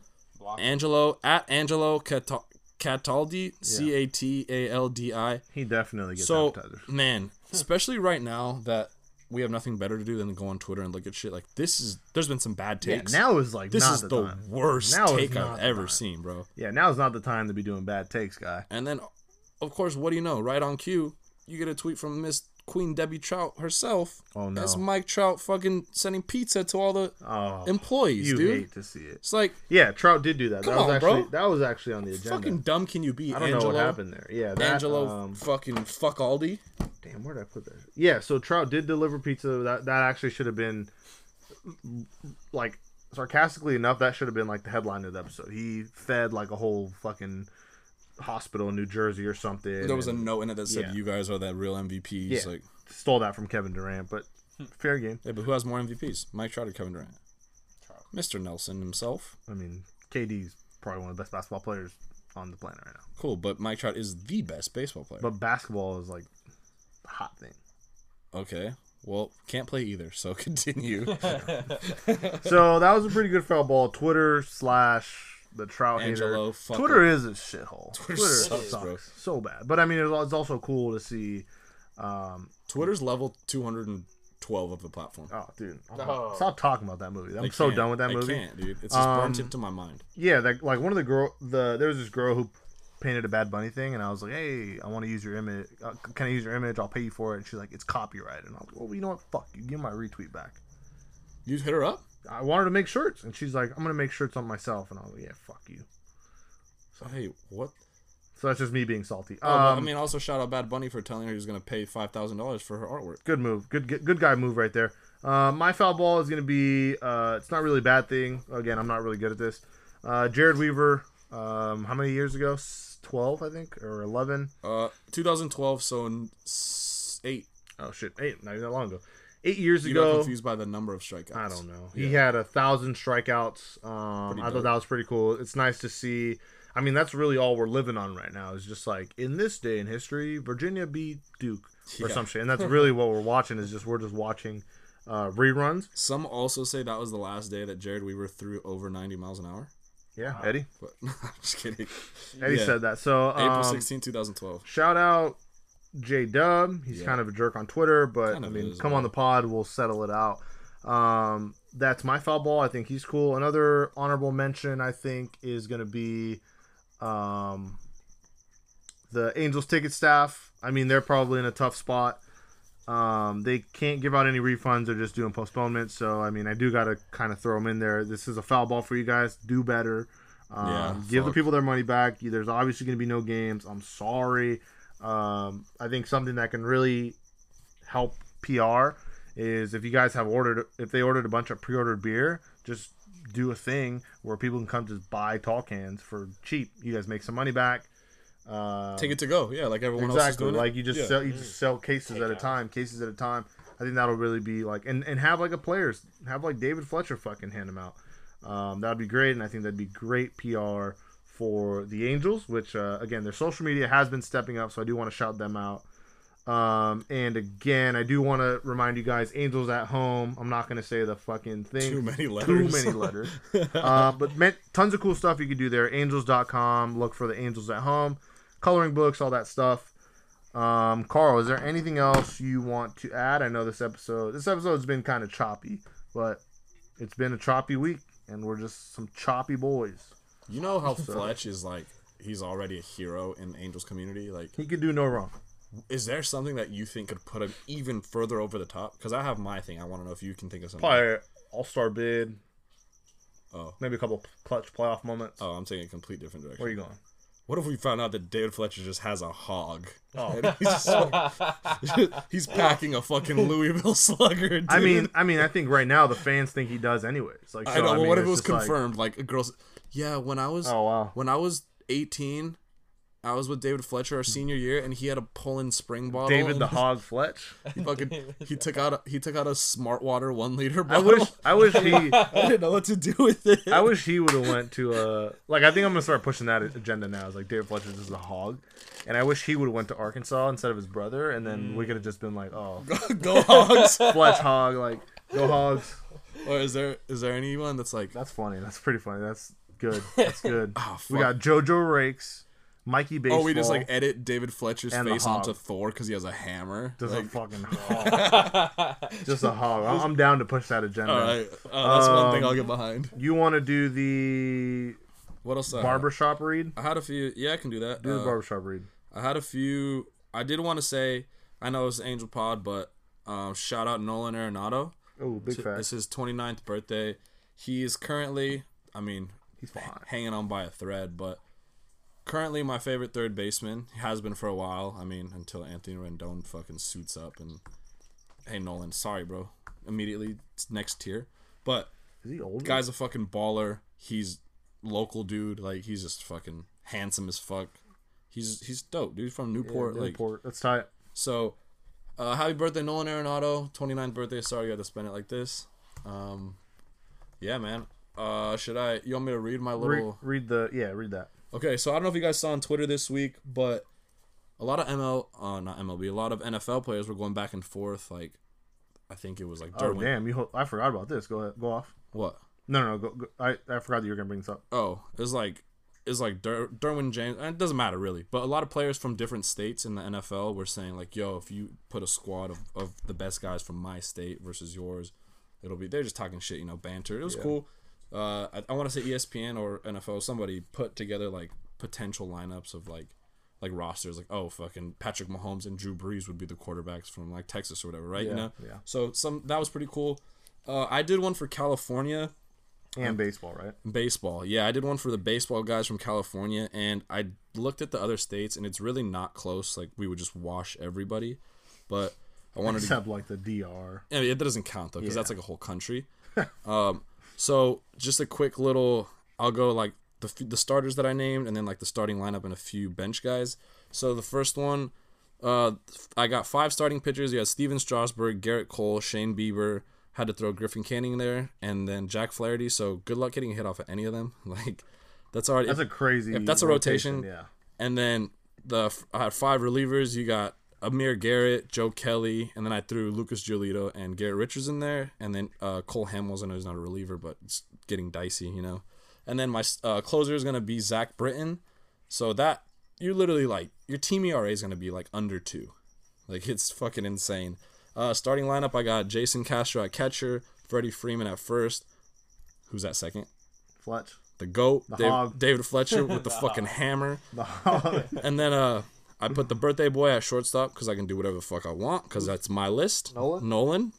E: Angelo at Angelo Cata- Cataldi C A T A L D I.
C: He definitely gets
E: So
C: appetizers. [LAUGHS]
E: man, especially right now that we have nothing better to do than to go on Twitter and look at shit. Like this is there's been some bad
C: Yeah,
E: takes.
C: now is like
E: this
C: not
E: is the,
C: the, time.
E: worst
C: Now is
E: take
C: not
E: I've
C: the
E: ever
C: time.
E: seen, bro.
C: Yeah, now is not the time to be doing bad takes, guy.
E: And then, of course, what do you know? Right on cue, you get a tweet from Miss Queen Debbie Trout herself.
C: Oh, no.
E: That's Mike Trout fucking sending pizza to all the
C: Oh,
E: employees,
C: you
E: dude.
C: hate to see it.
E: It's like
C: Yeah, Trout did do that.
E: Come
C: that was
E: on,
C: actually
E: bro.
C: that was actually on the agenda.
E: fucking dumb can you be?
C: I don't
E: Angelo?
C: know what happened there. Yeah, that,
E: Angelo
C: Um,
E: fucking fuck Aldi.
C: damn, where did I put that? Yeah, so Trout did deliver pizza. That that actually should have been like sarcastically enough. That should have been like the headline of the episode. He fed like a whole fucking hospital in New Jersey or something.
E: There was a
C: and
E: note in it that said,
C: yeah.
E: "You guys are that real MVPs."
C: Yeah.
E: Like,
C: stole that from Kevin Durant, but
E: Hmm.
C: fair game.
E: yeah, but who has more MVPs? Mike Trout or Kevin Durant? Mr. Nelson himself.
C: I mean, KD's probably one of the best basketball players on the planet right now.
E: Cool, but Mike Trout is the best baseball player.
C: But basketball is like the hot thing.
E: okay, well, can't play either. So [LAUGHS] continue.
C: [LAUGHS] So that was a pretty good foul ball. Twitter slash the Trout
E: Angelo,
C: hater.
E: fuck
C: Twitter is a shithole. Twitter,
E: sucks,
C: sucks
E: bro.
C: so bad. But I mean, it's al- it's also cool to see.
E: Twitter's level 212 of the platform.
C: Oh, dude, I'm-
A: No.
C: stop talking about that movie. I'm
E: I
C: so
E: can't.
C: done with that
E: I
C: movie. Um,
E: can't, dude. It's just burnt into my mind.
C: Yeah, like like one of the girl, the there was this girl who painted a Bad Bunny thing, and I was like, "Hey, I want to use your image. Uh, c- can I use your image? I'll pay you for it." And she's like, "It's copyrighted." And I was like, "Well, you know what? Fuck you. Give my retweet back."
E: You hit her up?
C: I wanted to make shirts, and she's like, "I'm gonna make shirts on myself," and I was like, "Yeah, fuck you."
E: Hey, what?
C: So that's just me being salty.
E: Oh, well,
C: Um,
E: I mean, also shout out Bad Bunny for telling her he was going to pay five thousand dollars for her artwork.
C: good move. Good good good guy move right there. Uh, my foul ball is going to be. Uh, it's not really a bad thing. Again, I'm not really good at this. Uh, Jared Weaver. Um, how many years ago? S- Twelve, I think, or eleven.
E: Uh, 2012, so in s- eight.
C: Oh shit, eight. Not even that long ago. Eight years
E: You got
C: ago.
E: confused by the number of strikeouts.
C: I
E: [LAUGHS]
C: don't know. He had a thousand strikeouts. Um,
E: Pretty
C: I thought
E: dope.
C: that was pretty cool. It's nice to see. I mean, that's really all we're living on right now. Is just like in this day in history, Virginia beat Duke or
E: Yeah.
C: some shit, and
E: [LAUGHS]
C: that's really what we're watching. Is just we're just watching uh, reruns.
E: Some also say that was the last day that Jared Weaver threw over 90 miles an hour.
C: Yeah, Eddie.
E: But [LAUGHS] I'm just kidding.
C: Eddie
E: Yeah.
C: said that. So
E: April
C: um,
E: 16, 2012.
C: shout out J Dub. He's
E: Yeah.
C: kind of a jerk on Twitter, but
E: Kind
C: I
E: of
C: mean,
E: is,
C: come
E: man.
C: on the pod, we'll settle it out. Um, that's my foul ball. I think he's cool. Another honorable mention, I think, is going to be um, the Angels ticket staff. I mean, they're probably in a tough spot. Um, they can't give out any refunds. They're just doing postponements. So, I mean, I do got to kind of throw them in there. This is a foul ball for you guys. Do better. Um,
E: Yeah,
C: give the
E: fuck.
C: people their money back. There's obviously going to be no games. I'm sorry. Um, I think something that can really help PR is if you guys have ordered, if they ordered a bunch of pre-ordered beer, just do a thing where people can come just buy tall cans for cheap. You guys make some money back. Uh,
E: Take it to go. Yeah, like everyone else is
C: exactly
E: doing. it.
C: like you just
E: Yeah.
C: sell you just sell cases at a
A: out.
C: time cases at a time i think that'll really be like and and have like a players have like david fletcher fucking hand them out um, that'd be great and i think that'd be great pr for the angels which uh, again their social media has been stepping up so i do want to shout them out um, and again i do want to remind you guys angels at home i'm not going to say the fucking thing
E: Too many letters.
C: too
E: [LAUGHS]
C: many [LAUGHS] letters. uh, but man, tons of cool stuff you can do there. Angels.com. Look for the Angels at Home, coloring books, all that stuff. Um, Carl, is there anything else you want to add? I know this episode, this episode's been kind of choppy, but it's been a choppy week, and we're just some choppy boys.
E: You
C: [LAUGHS]
E: know how Fletch is like he's already a hero in the Angels community. Like,
C: He could do no wrong.
E: is there something that you think could put him even further over the top? Because I have my thing. I want to know if you can think of something.
C: Probably All Star bid.
E: Oh.
C: Maybe a couple clutch playoff moments.
E: Oh, I'm taking a complete different direction.
C: Where are you going?
E: What if we found out that David Fletcher just has a hog? [LAUGHS] And he's, just- [LAUGHS] he's packing a fucking Louisville [LAUGHS] slugger. Dude.
C: I mean, I mean, I think right now the fans think he does, anyways. Like, so,
E: I know. but
C: mean,
E: what if
C: it's
E: it was
C: just like-
E: confirmed? Like, a girl's. Yeah, when I was
C: oh wow,
E: when I was 18, I was with David Fletcher our senior year, and he had a Poland Spring bottle.
C: David
E: and
C: the Hog Fletch.
E: He fucking he took out a, he took out a Smart Water one liter
C: I
E: bottle.
C: wish I wish he
E: [LAUGHS] I didn't know what to do with it. [LAUGHS]
C: I wish he would have went to uh like I think I'm gonna start pushing that agenda now. It's like David Fletcher is a hog, and I wish he would have went to Arkansas instead of his brother, and then
E: Mm.
C: we could have just been like,
E: [LAUGHS]
C: oh,
E: Go hogs.
C: Fletch hog, like go hogs.
E: or is there is there anyone that's like
C: That's funny. That's pretty funny. That's good.
E: [LAUGHS]
C: That's good. we got
E: fuck.
C: JoJo Rakes, Mikey Baseball.
E: Oh, we just like edit David Fletcher's
C: And the
E: face onto
C: hog.
E: Thor because he has a hammer.
C: just
E: Like,
C: a
E: [LAUGHS]
C: fucking hog. just a hog. I'm, I'm down to push that agenda.
E: all right, uh, that's one thing I'll get behind.
C: You want to do the
E: What else? I had?
C: barbershop read?
E: I had a few. Yeah, I can do that.
C: Do the
E: Uh-huh. Uh,
C: barbershop read.
E: I had a few. I did want to say I know it's Angel Pod, but um, shout out Nolan Arenado.
C: Oh, big
E: It's
C: facts.
E: his 29th birthday. He is currently, I mean,
C: He's fine.
E: hanging on by a thread, but currently my favorite third baseman. He has been for a while. I mean, until Anthony Rendon fucking suits up and hey Nolan, sorry bro. Immediately it's next tier. But
C: Is he old?
E: guy's a fucking baller. He's local dude. Like he's just fucking handsome as fuck. He's he's dope, dude. From Newport. like
C: Newport. Let's tie it.
E: so, uh, happy birthday, Nolan Arenado. 29th birthday. Sorry you had to spend it like this. Um, yeah, man. Uh, should I? You want me to read my
C: Re-
E: little?
C: read the yeah, read that.
E: Okay, so I don't know if you guys saw on Twitter this week, but a lot of ML, uh, not MLB, a lot of NFL players were going back and forth. Like, I think it was like
C: Oh
E: Derwin.
C: damn, you ho- I forgot about this. Go ahead, go off.
E: What?
C: No, no, no go, go. I I forgot that you were gonna bring this up.
E: Oh, it's like it's like Der- Derwin James. and It doesn't matter really, but a lot of players from different states in the NFL were saying like, "Yo, if you put a squad of, of the best guys from my state versus yours, it'll be." They're just talking shit, you E know, banter. It was cool. Uh, I, I want to say ESPN or NFL somebody put together like potential lineups of like like rosters like oh fucking Patrick Mahomes and Drew Brees would be the quarterbacks from like Texas or whatever, right? you
C: Yeah,
E: know?
C: yeah.
E: So some that was pretty cool. Uh, I did one for California
C: and baseball, right?
E: baseball. Yeah, I did one for the baseball guys from California, and I looked at the other states, and it's really not close. Like we would just wash everybody, but I
C: [LAUGHS]
E: wanted to.
C: Except like the DR.
E: I mean, it doesn't count though, because that's
C: Yeah.
E: like a whole country. [LAUGHS] um, so just a quick little. I'll go like the f- the starters that I named, and then like the starting lineup and a few bench guys. So the first one, uh, I got five starting pitchers. You had Steven Strasburg, Garrett Cole, Shane Bieber. Had to throw Griffin Canning in there, and then Jack Flaherty. So good luck getting a hit off of any of them. [LAUGHS] Like that's already
C: That's a crazy.
E: if that's a rotation,
C: yeah.
E: and then the I had five relievers. You got Amir Garrett, Joe Kelly, and then I threw Lucas Giolito and Garrett Richards in there, and then uh, Cole Hamels. I know he's not a reliever, but it's getting dicey, you know. And then my uh, closer is gonna be Zach Britton. So that you're literally like your team ERA is gonna be like under two, like it's fucking insane. Uh, starting lineup, I got Jason Castro at catcher, Freddie Freeman at first. Who's at second? [LAUGHS]
C: Fletch. [LAUGHS]
E: The goat, Dave-
C: hog.
E: David [LAUGHS] Fletcher with the fucking hammer. And then uh, I put the birthday boy at shortstop because I can do whatever the fuck I want because that's my list.
D: Nolan?
E: Nolan.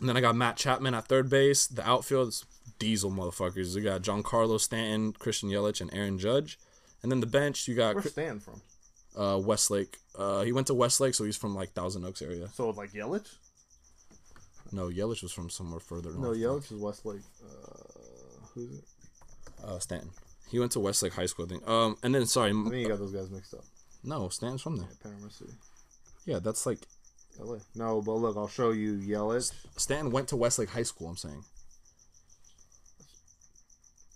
E: And then I got Matt Chapman at third base. The outfield is diesel motherfuckers. We got Giancarlo Stanton, Christian Yelich, and Aaron Judge. And then the bench, you got
C: Where's Stan from?
E: uh, Westlake. Uh, he went to Westlake, so he's from like Thousand Oaks area.
C: So like Yelich?
E: No, Yelich was from somewhere further north.
D: No, Yelich is Westlake. Uh, who's it?
E: Uh, Stanton. He went to Westlake High School, I think. Um, and then sorry,
D: I think you got those guys mixed up.
E: no, Stanton's from there.
D: Panama City,
E: Yeah, that's like
D: LA. No, but look, I'll show you Yelich.
E: Stanton went to Westlake High School. I'm saying.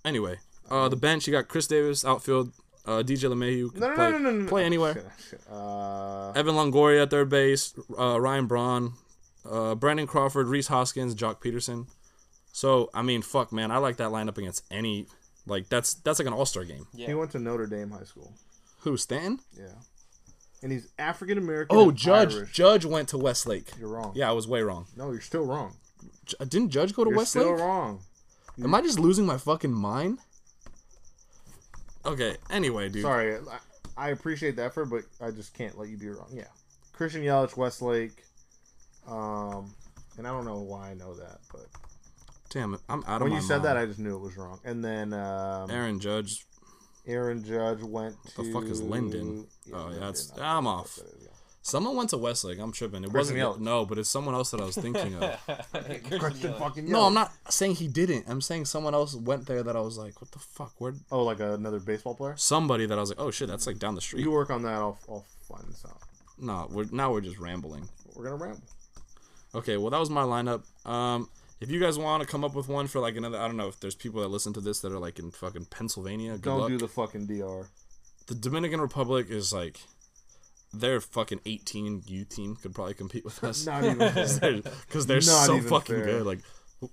E: Anyway, uh, the bench you got Chris Davis outfield, uh, DJ LeMahieu
D: No, no,
E: play,
D: no, no, no, no.
C: [LAUGHS]
E: play anywhere.
D: Uh,
E: Evan Longoria at third base, uh, Ryan Braun, uh, Brandon Crawford, Reese Hoskins, Jock Peterson. So I mean, fuck, man, I like that lineup against any. Like that's that's like an all star game.
D: he went to Notre Dame High School.
E: Who Stanton?
D: Yeah, and he's African American.
E: Oh,
D: and
E: Judge.
D: Irish.
E: Judge went to Westlake.
D: You're wrong.
E: Yeah, I was way wrong.
D: No, you're still wrong.
E: J- didn't Judge go to
D: You're
E: Westlake?
D: still wrong.
E: Am I just losing my fucking mind? Okay. Anyway, dude.
D: Sorry, I, I appreciate the effort, but I just can't let you be wrong. Yeah, Christian Yelich, Westlake, um, and I don't know why I know that, but
E: Damn it. I'm out of
D: when
E: my
D: you said
E: mind.
D: that, I just knew it was wrong. And then um,
E: Aaron Judge.
D: Aaron Judge went to
E: The fuck is Linden? Oh, yeah,
D: Linden.
E: that's-
D: I don't know
E: I'm
D: what
E: off.
D: that is, yeah.
E: Someone went to Westlake. I'm tripping. It
D: Christian
E: wasn't
D: Yelich.
E: no, but it's someone else that I was thinking of.
D: [LAUGHS]
A: Christian
D: Christian
A: Yelich.
D: fucking
E: no,
D: Yelich.
E: I'm not saying he didn't. I'm saying someone else went there that I was like, what the fuck? Where?
D: Oh, like another baseball player?
E: Somebody that I was like, oh shit, that's like down the street.
D: You work on that. I'll, I'll find this out.
E: No, we're now we're just rambling.
D: We're gonna ramble.
E: Okay, well that was my lineup. Um, if you guys want to come up with one for like another, I don't know if there's people that listen to this that are like in fucking Pennsylvania. Good
D: Don't
E: luck.
D: do the fucking dr.
E: the Dominican Republic is like their fucking 18 U team could probably compete with us
D: Not [LAUGHS] even.
E: because
D: fair.
E: they're, [LAUGHS] 'cause they're
D: Not
E: so
D: even
E: fucking
D: fair.
E: good. Like,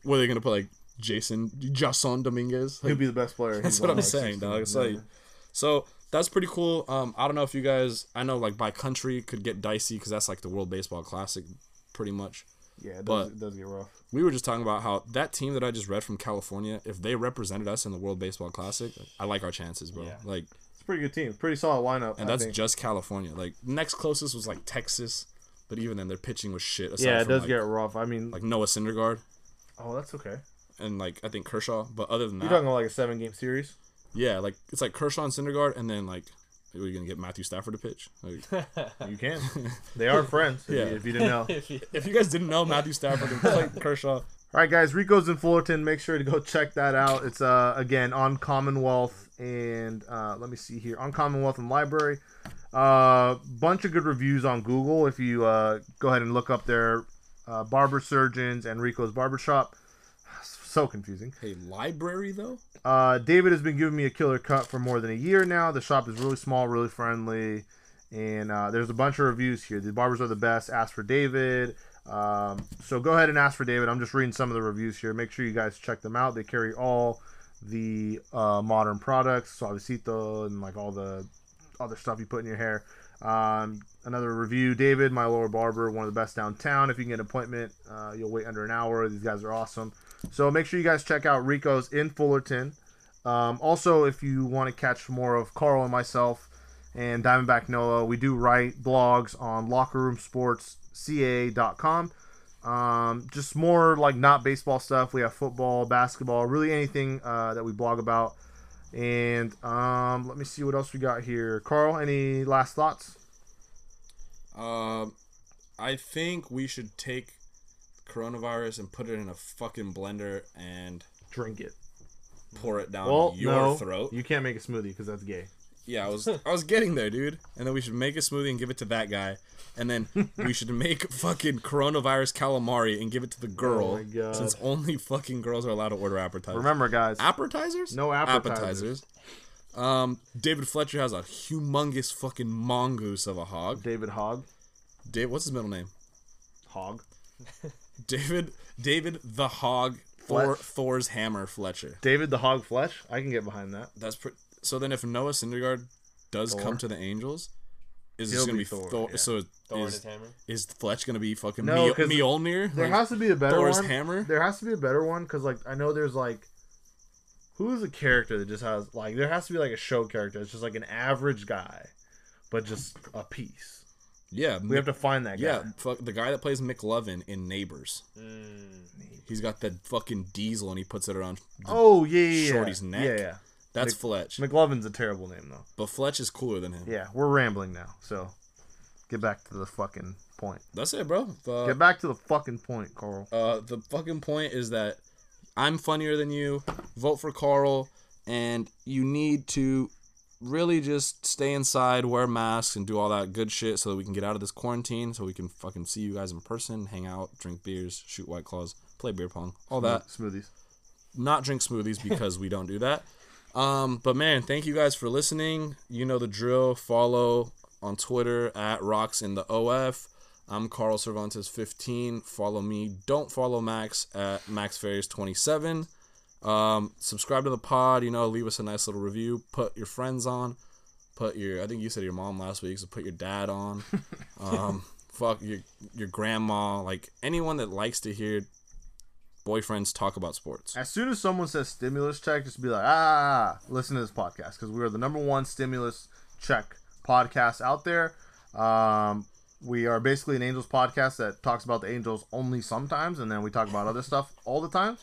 E: what are they gonna put like Jason Jason Dominguez? Like,
D: He'll be the best player.
E: that's
D: He's
E: what
D: won,
E: I'm
D: like,
E: saying,
D: 16
E: dog. It's like
D: never.
E: so that's pretty cool. Um, I don't know if you guys, I know like by country could get dicey because that's like the World Baseball Classic, pretty much.
D: yeah, it
E: but-
D: does, it does get rough.
E: We were just talking about how that team that I just read from California, if they represented us in the World Baseball Classic, I like our chances, bro.
A: Yeah.
E: Like
D: It's a pretty good team. Pretty solid lineup.
E: and
D: I
E: that's
D: think.
E: just California. Like next closest was like Texas, but even then their pitching was shit. Aside
D: yeah, it
E: from,
D: does
E: like,
D: get rough. I mean,
E: like Noah Syndergaard
D: oh, that's okay.
E: and like I think Kershaw, but other than
D: You're
E: that,
D: talking about like a seven game series.
E: yeah, like it's like Kershaw and Syndergaard, and then like are you gonna get Matthew Stafford to pitch?
D: [LAUGHS]
E: Like,
A: [LAUGHS]
D: You
E: [LAUGHS]
D: can. they are friends. If,
E: Yeah.
D: you, if you didn't
E: [LAUGHS]
D: know.
E: if you guys didn't know Matthew Stafford and Clayton Kershaw, [LAUGHS]
C: All right, guys. Rico's in Fullerton. Make sure to go check that out. It's uh again on Commonwealth and uh, let me see here on Commonwealth and Library. Uh, bunch of good reviews on Google. If you uh, go ahead and look up their uh, barber surgeons and Rico's barbershop. [SIGHS] So confusing.
E: hey, library though.
C: Uh, David has been giving me a killer cut for more than a year now. The shop is really small, really friendly, and uh, there's a bunch of reviews here. The barbers are the best. Ask for David. Um, so go ahead and ask for David. I'm just reading some of the reviews here. Make sure you guys check them out. They carry all the uh, modern products, suavecito, and like all the other stuff you put in your hair. Um, another review, David, my lower barber, one of the best downtown. If you can get an appointment, uh, you'll wait under an hour. These guys are awesome. So make sure you guys check out Rico's in Fullerton. Um, also, if you want to catch more of Carl and myself and Diamondback Noah, we do write blogs on lockerroomsportsca.com. Um, just more like not baseball stuff. We have football, basketball, really anything uh, that we blog about. And um, let me see what else we got here. Carl, any last thoughts?
E: Um, I think we should take coronavirus and put it in a fucking blender and
C: Drink it.
E: pour it down
C: Well,
E: your
C: no,
E: throat.
C: you can't make a smoothie because that's gay. [LAUGHS]
E: Yeah, I was I was getting there, dude. And then we should make a smoothie and give it to that guy. And then we
C: [LAUGHS]
E: should make fucking coronavirus calamari and give it to the girl.
C: Oh my God.
E: Since only fucking girls are allowed to order appetizers.
C: Remember, guys.
E: appetizers?
C: No appetizers.
E: Appetizers. Um, David Fletcher has a humongous fucking mongoose of a hog.
C: David Hogg.
E: Dave, what's his middle name?
C: Hogg.
E: David David the Hog Thor, Thor's Hammer Fletcher.
C: David the Hog Flesh. I can get behind that.
E: That's pre- so. Then if Noah Syndergaard does
C: Thor?
E: come to the Angels, is this
C: He'll
E: gonna
C: be
E: be,
C: Thor,
E: Thor?
C: yeah.
E: So
A: Thor and
E: is,
A: his hammer.
E: is Fletch gonna be fucking
C: No,
E: no,
C: 'cause
E: Mjolnir?
C: There
E: Like,
C: has to be a better
E: Thor's
C: one.
E: hammer?
C: There has to be a better one because, like, I know there's like, who is a character that just has like there has to be like a show character. It's just like an average guy, but just a piece.
E: yeah,
C: We have
E: Mi-
C: to find that guy.
E: yeah. Fuck the guy that plays McLovin in Neighbors.
A: Mm.
E: He's got that fucking diesel and he puts it around.
C: Oh yeah, yeah, yeah.
E: Shorty's neck.
C: Yeah, yeah.
E: That's
C: Mc-
E: Fletch,
C: McLovin's a terrible name though.
E: but Fletch is cooler than him.
C: Yeah, we're rambling now, so get back to the fucking point.
E: That's it, bro. The-
C: Get back to the fucking point, Carl.
E: Uh, the fucking point is that I'm funnier than you. Vote for Carl, and you need to really just stay inside, wear masks, and do all that good shit so that we can get out of this quarantine, so we can fucking see you guys in person, hang out, drink beers, shoot white claws, play beer pong, all that.
C: Smoothies.
E: Not drink smoothies because we don't do that. Um, but man, thank you guys for listening. You know the drill. Follow on Twitter at rocks in the OF. I'm Carl Cervantes 15. Follow me. Don't follow Max at Max Ferries 27. Um, subscribe to the pod. You know, leave us a nice little review. Put your friends on. Put your I think you said your mom last week. So put your dad on. Um, fuck your your grandma. Like anyone that likes to hear boyfriends talk about sports.
C: As soon as someone says stimulus check, just be like, ah, listen to this podcast because we are the number one stimulus check podcast out there. Um, we are basically an Angels podcast that talks about the Angels only sometimes, and then we talk about other stuff all the time.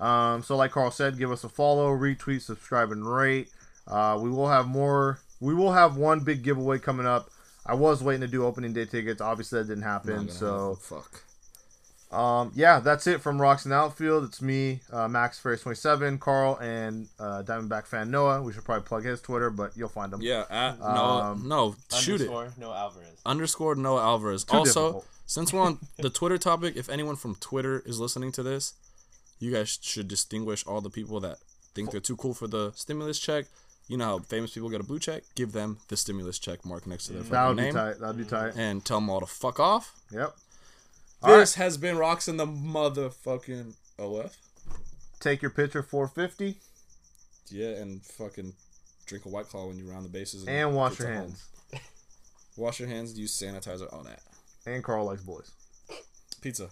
C: Um, so, like Carl said, give us a follow, retweet, subscribe, and rate. Uh, we will have more. We will have one big giveaway coming up. I was waiting to do opening day tickets. Obviously, Oh, that didn't happen. So,
E: fuck.
C: um, yeah, that's it from Rocks and Outfield. It's me, uh, Max Ferris twenty seven, Carl, and uh, Diamondback fan Noah. We should probably plug his Twitter, but you'll find him.
E: Yeah, at, no,
C: Um,
E: no, shoot it.
A: Underscore, no Alvarez.
E: Underscore Noah Alvarez. also,
C: difficult.
E: since we're on the Twitter topic, if anyone from Twitter is listening to this, you guys should distinguish all the people that think they're too cool for the stimulus check. You know how famous people get a blue check? Give them the stimulus check mark next to their
C: that
E: fucking
C: would be
E: name
C: tight. That would be tight.
E: and tell them all to fuck off.
C: Yep.
E: this has been Rocks in the motherfucking OF.
C: Take your picture four fifty
E: Yeah, and fucking drink a white claw when you round the bases.
C: and wash
E: get
C: your
E: to home.
C: hands.
E: Wash your hands. Use sanitizer. All that.
C: And Carl likes boys.
E: Pizza.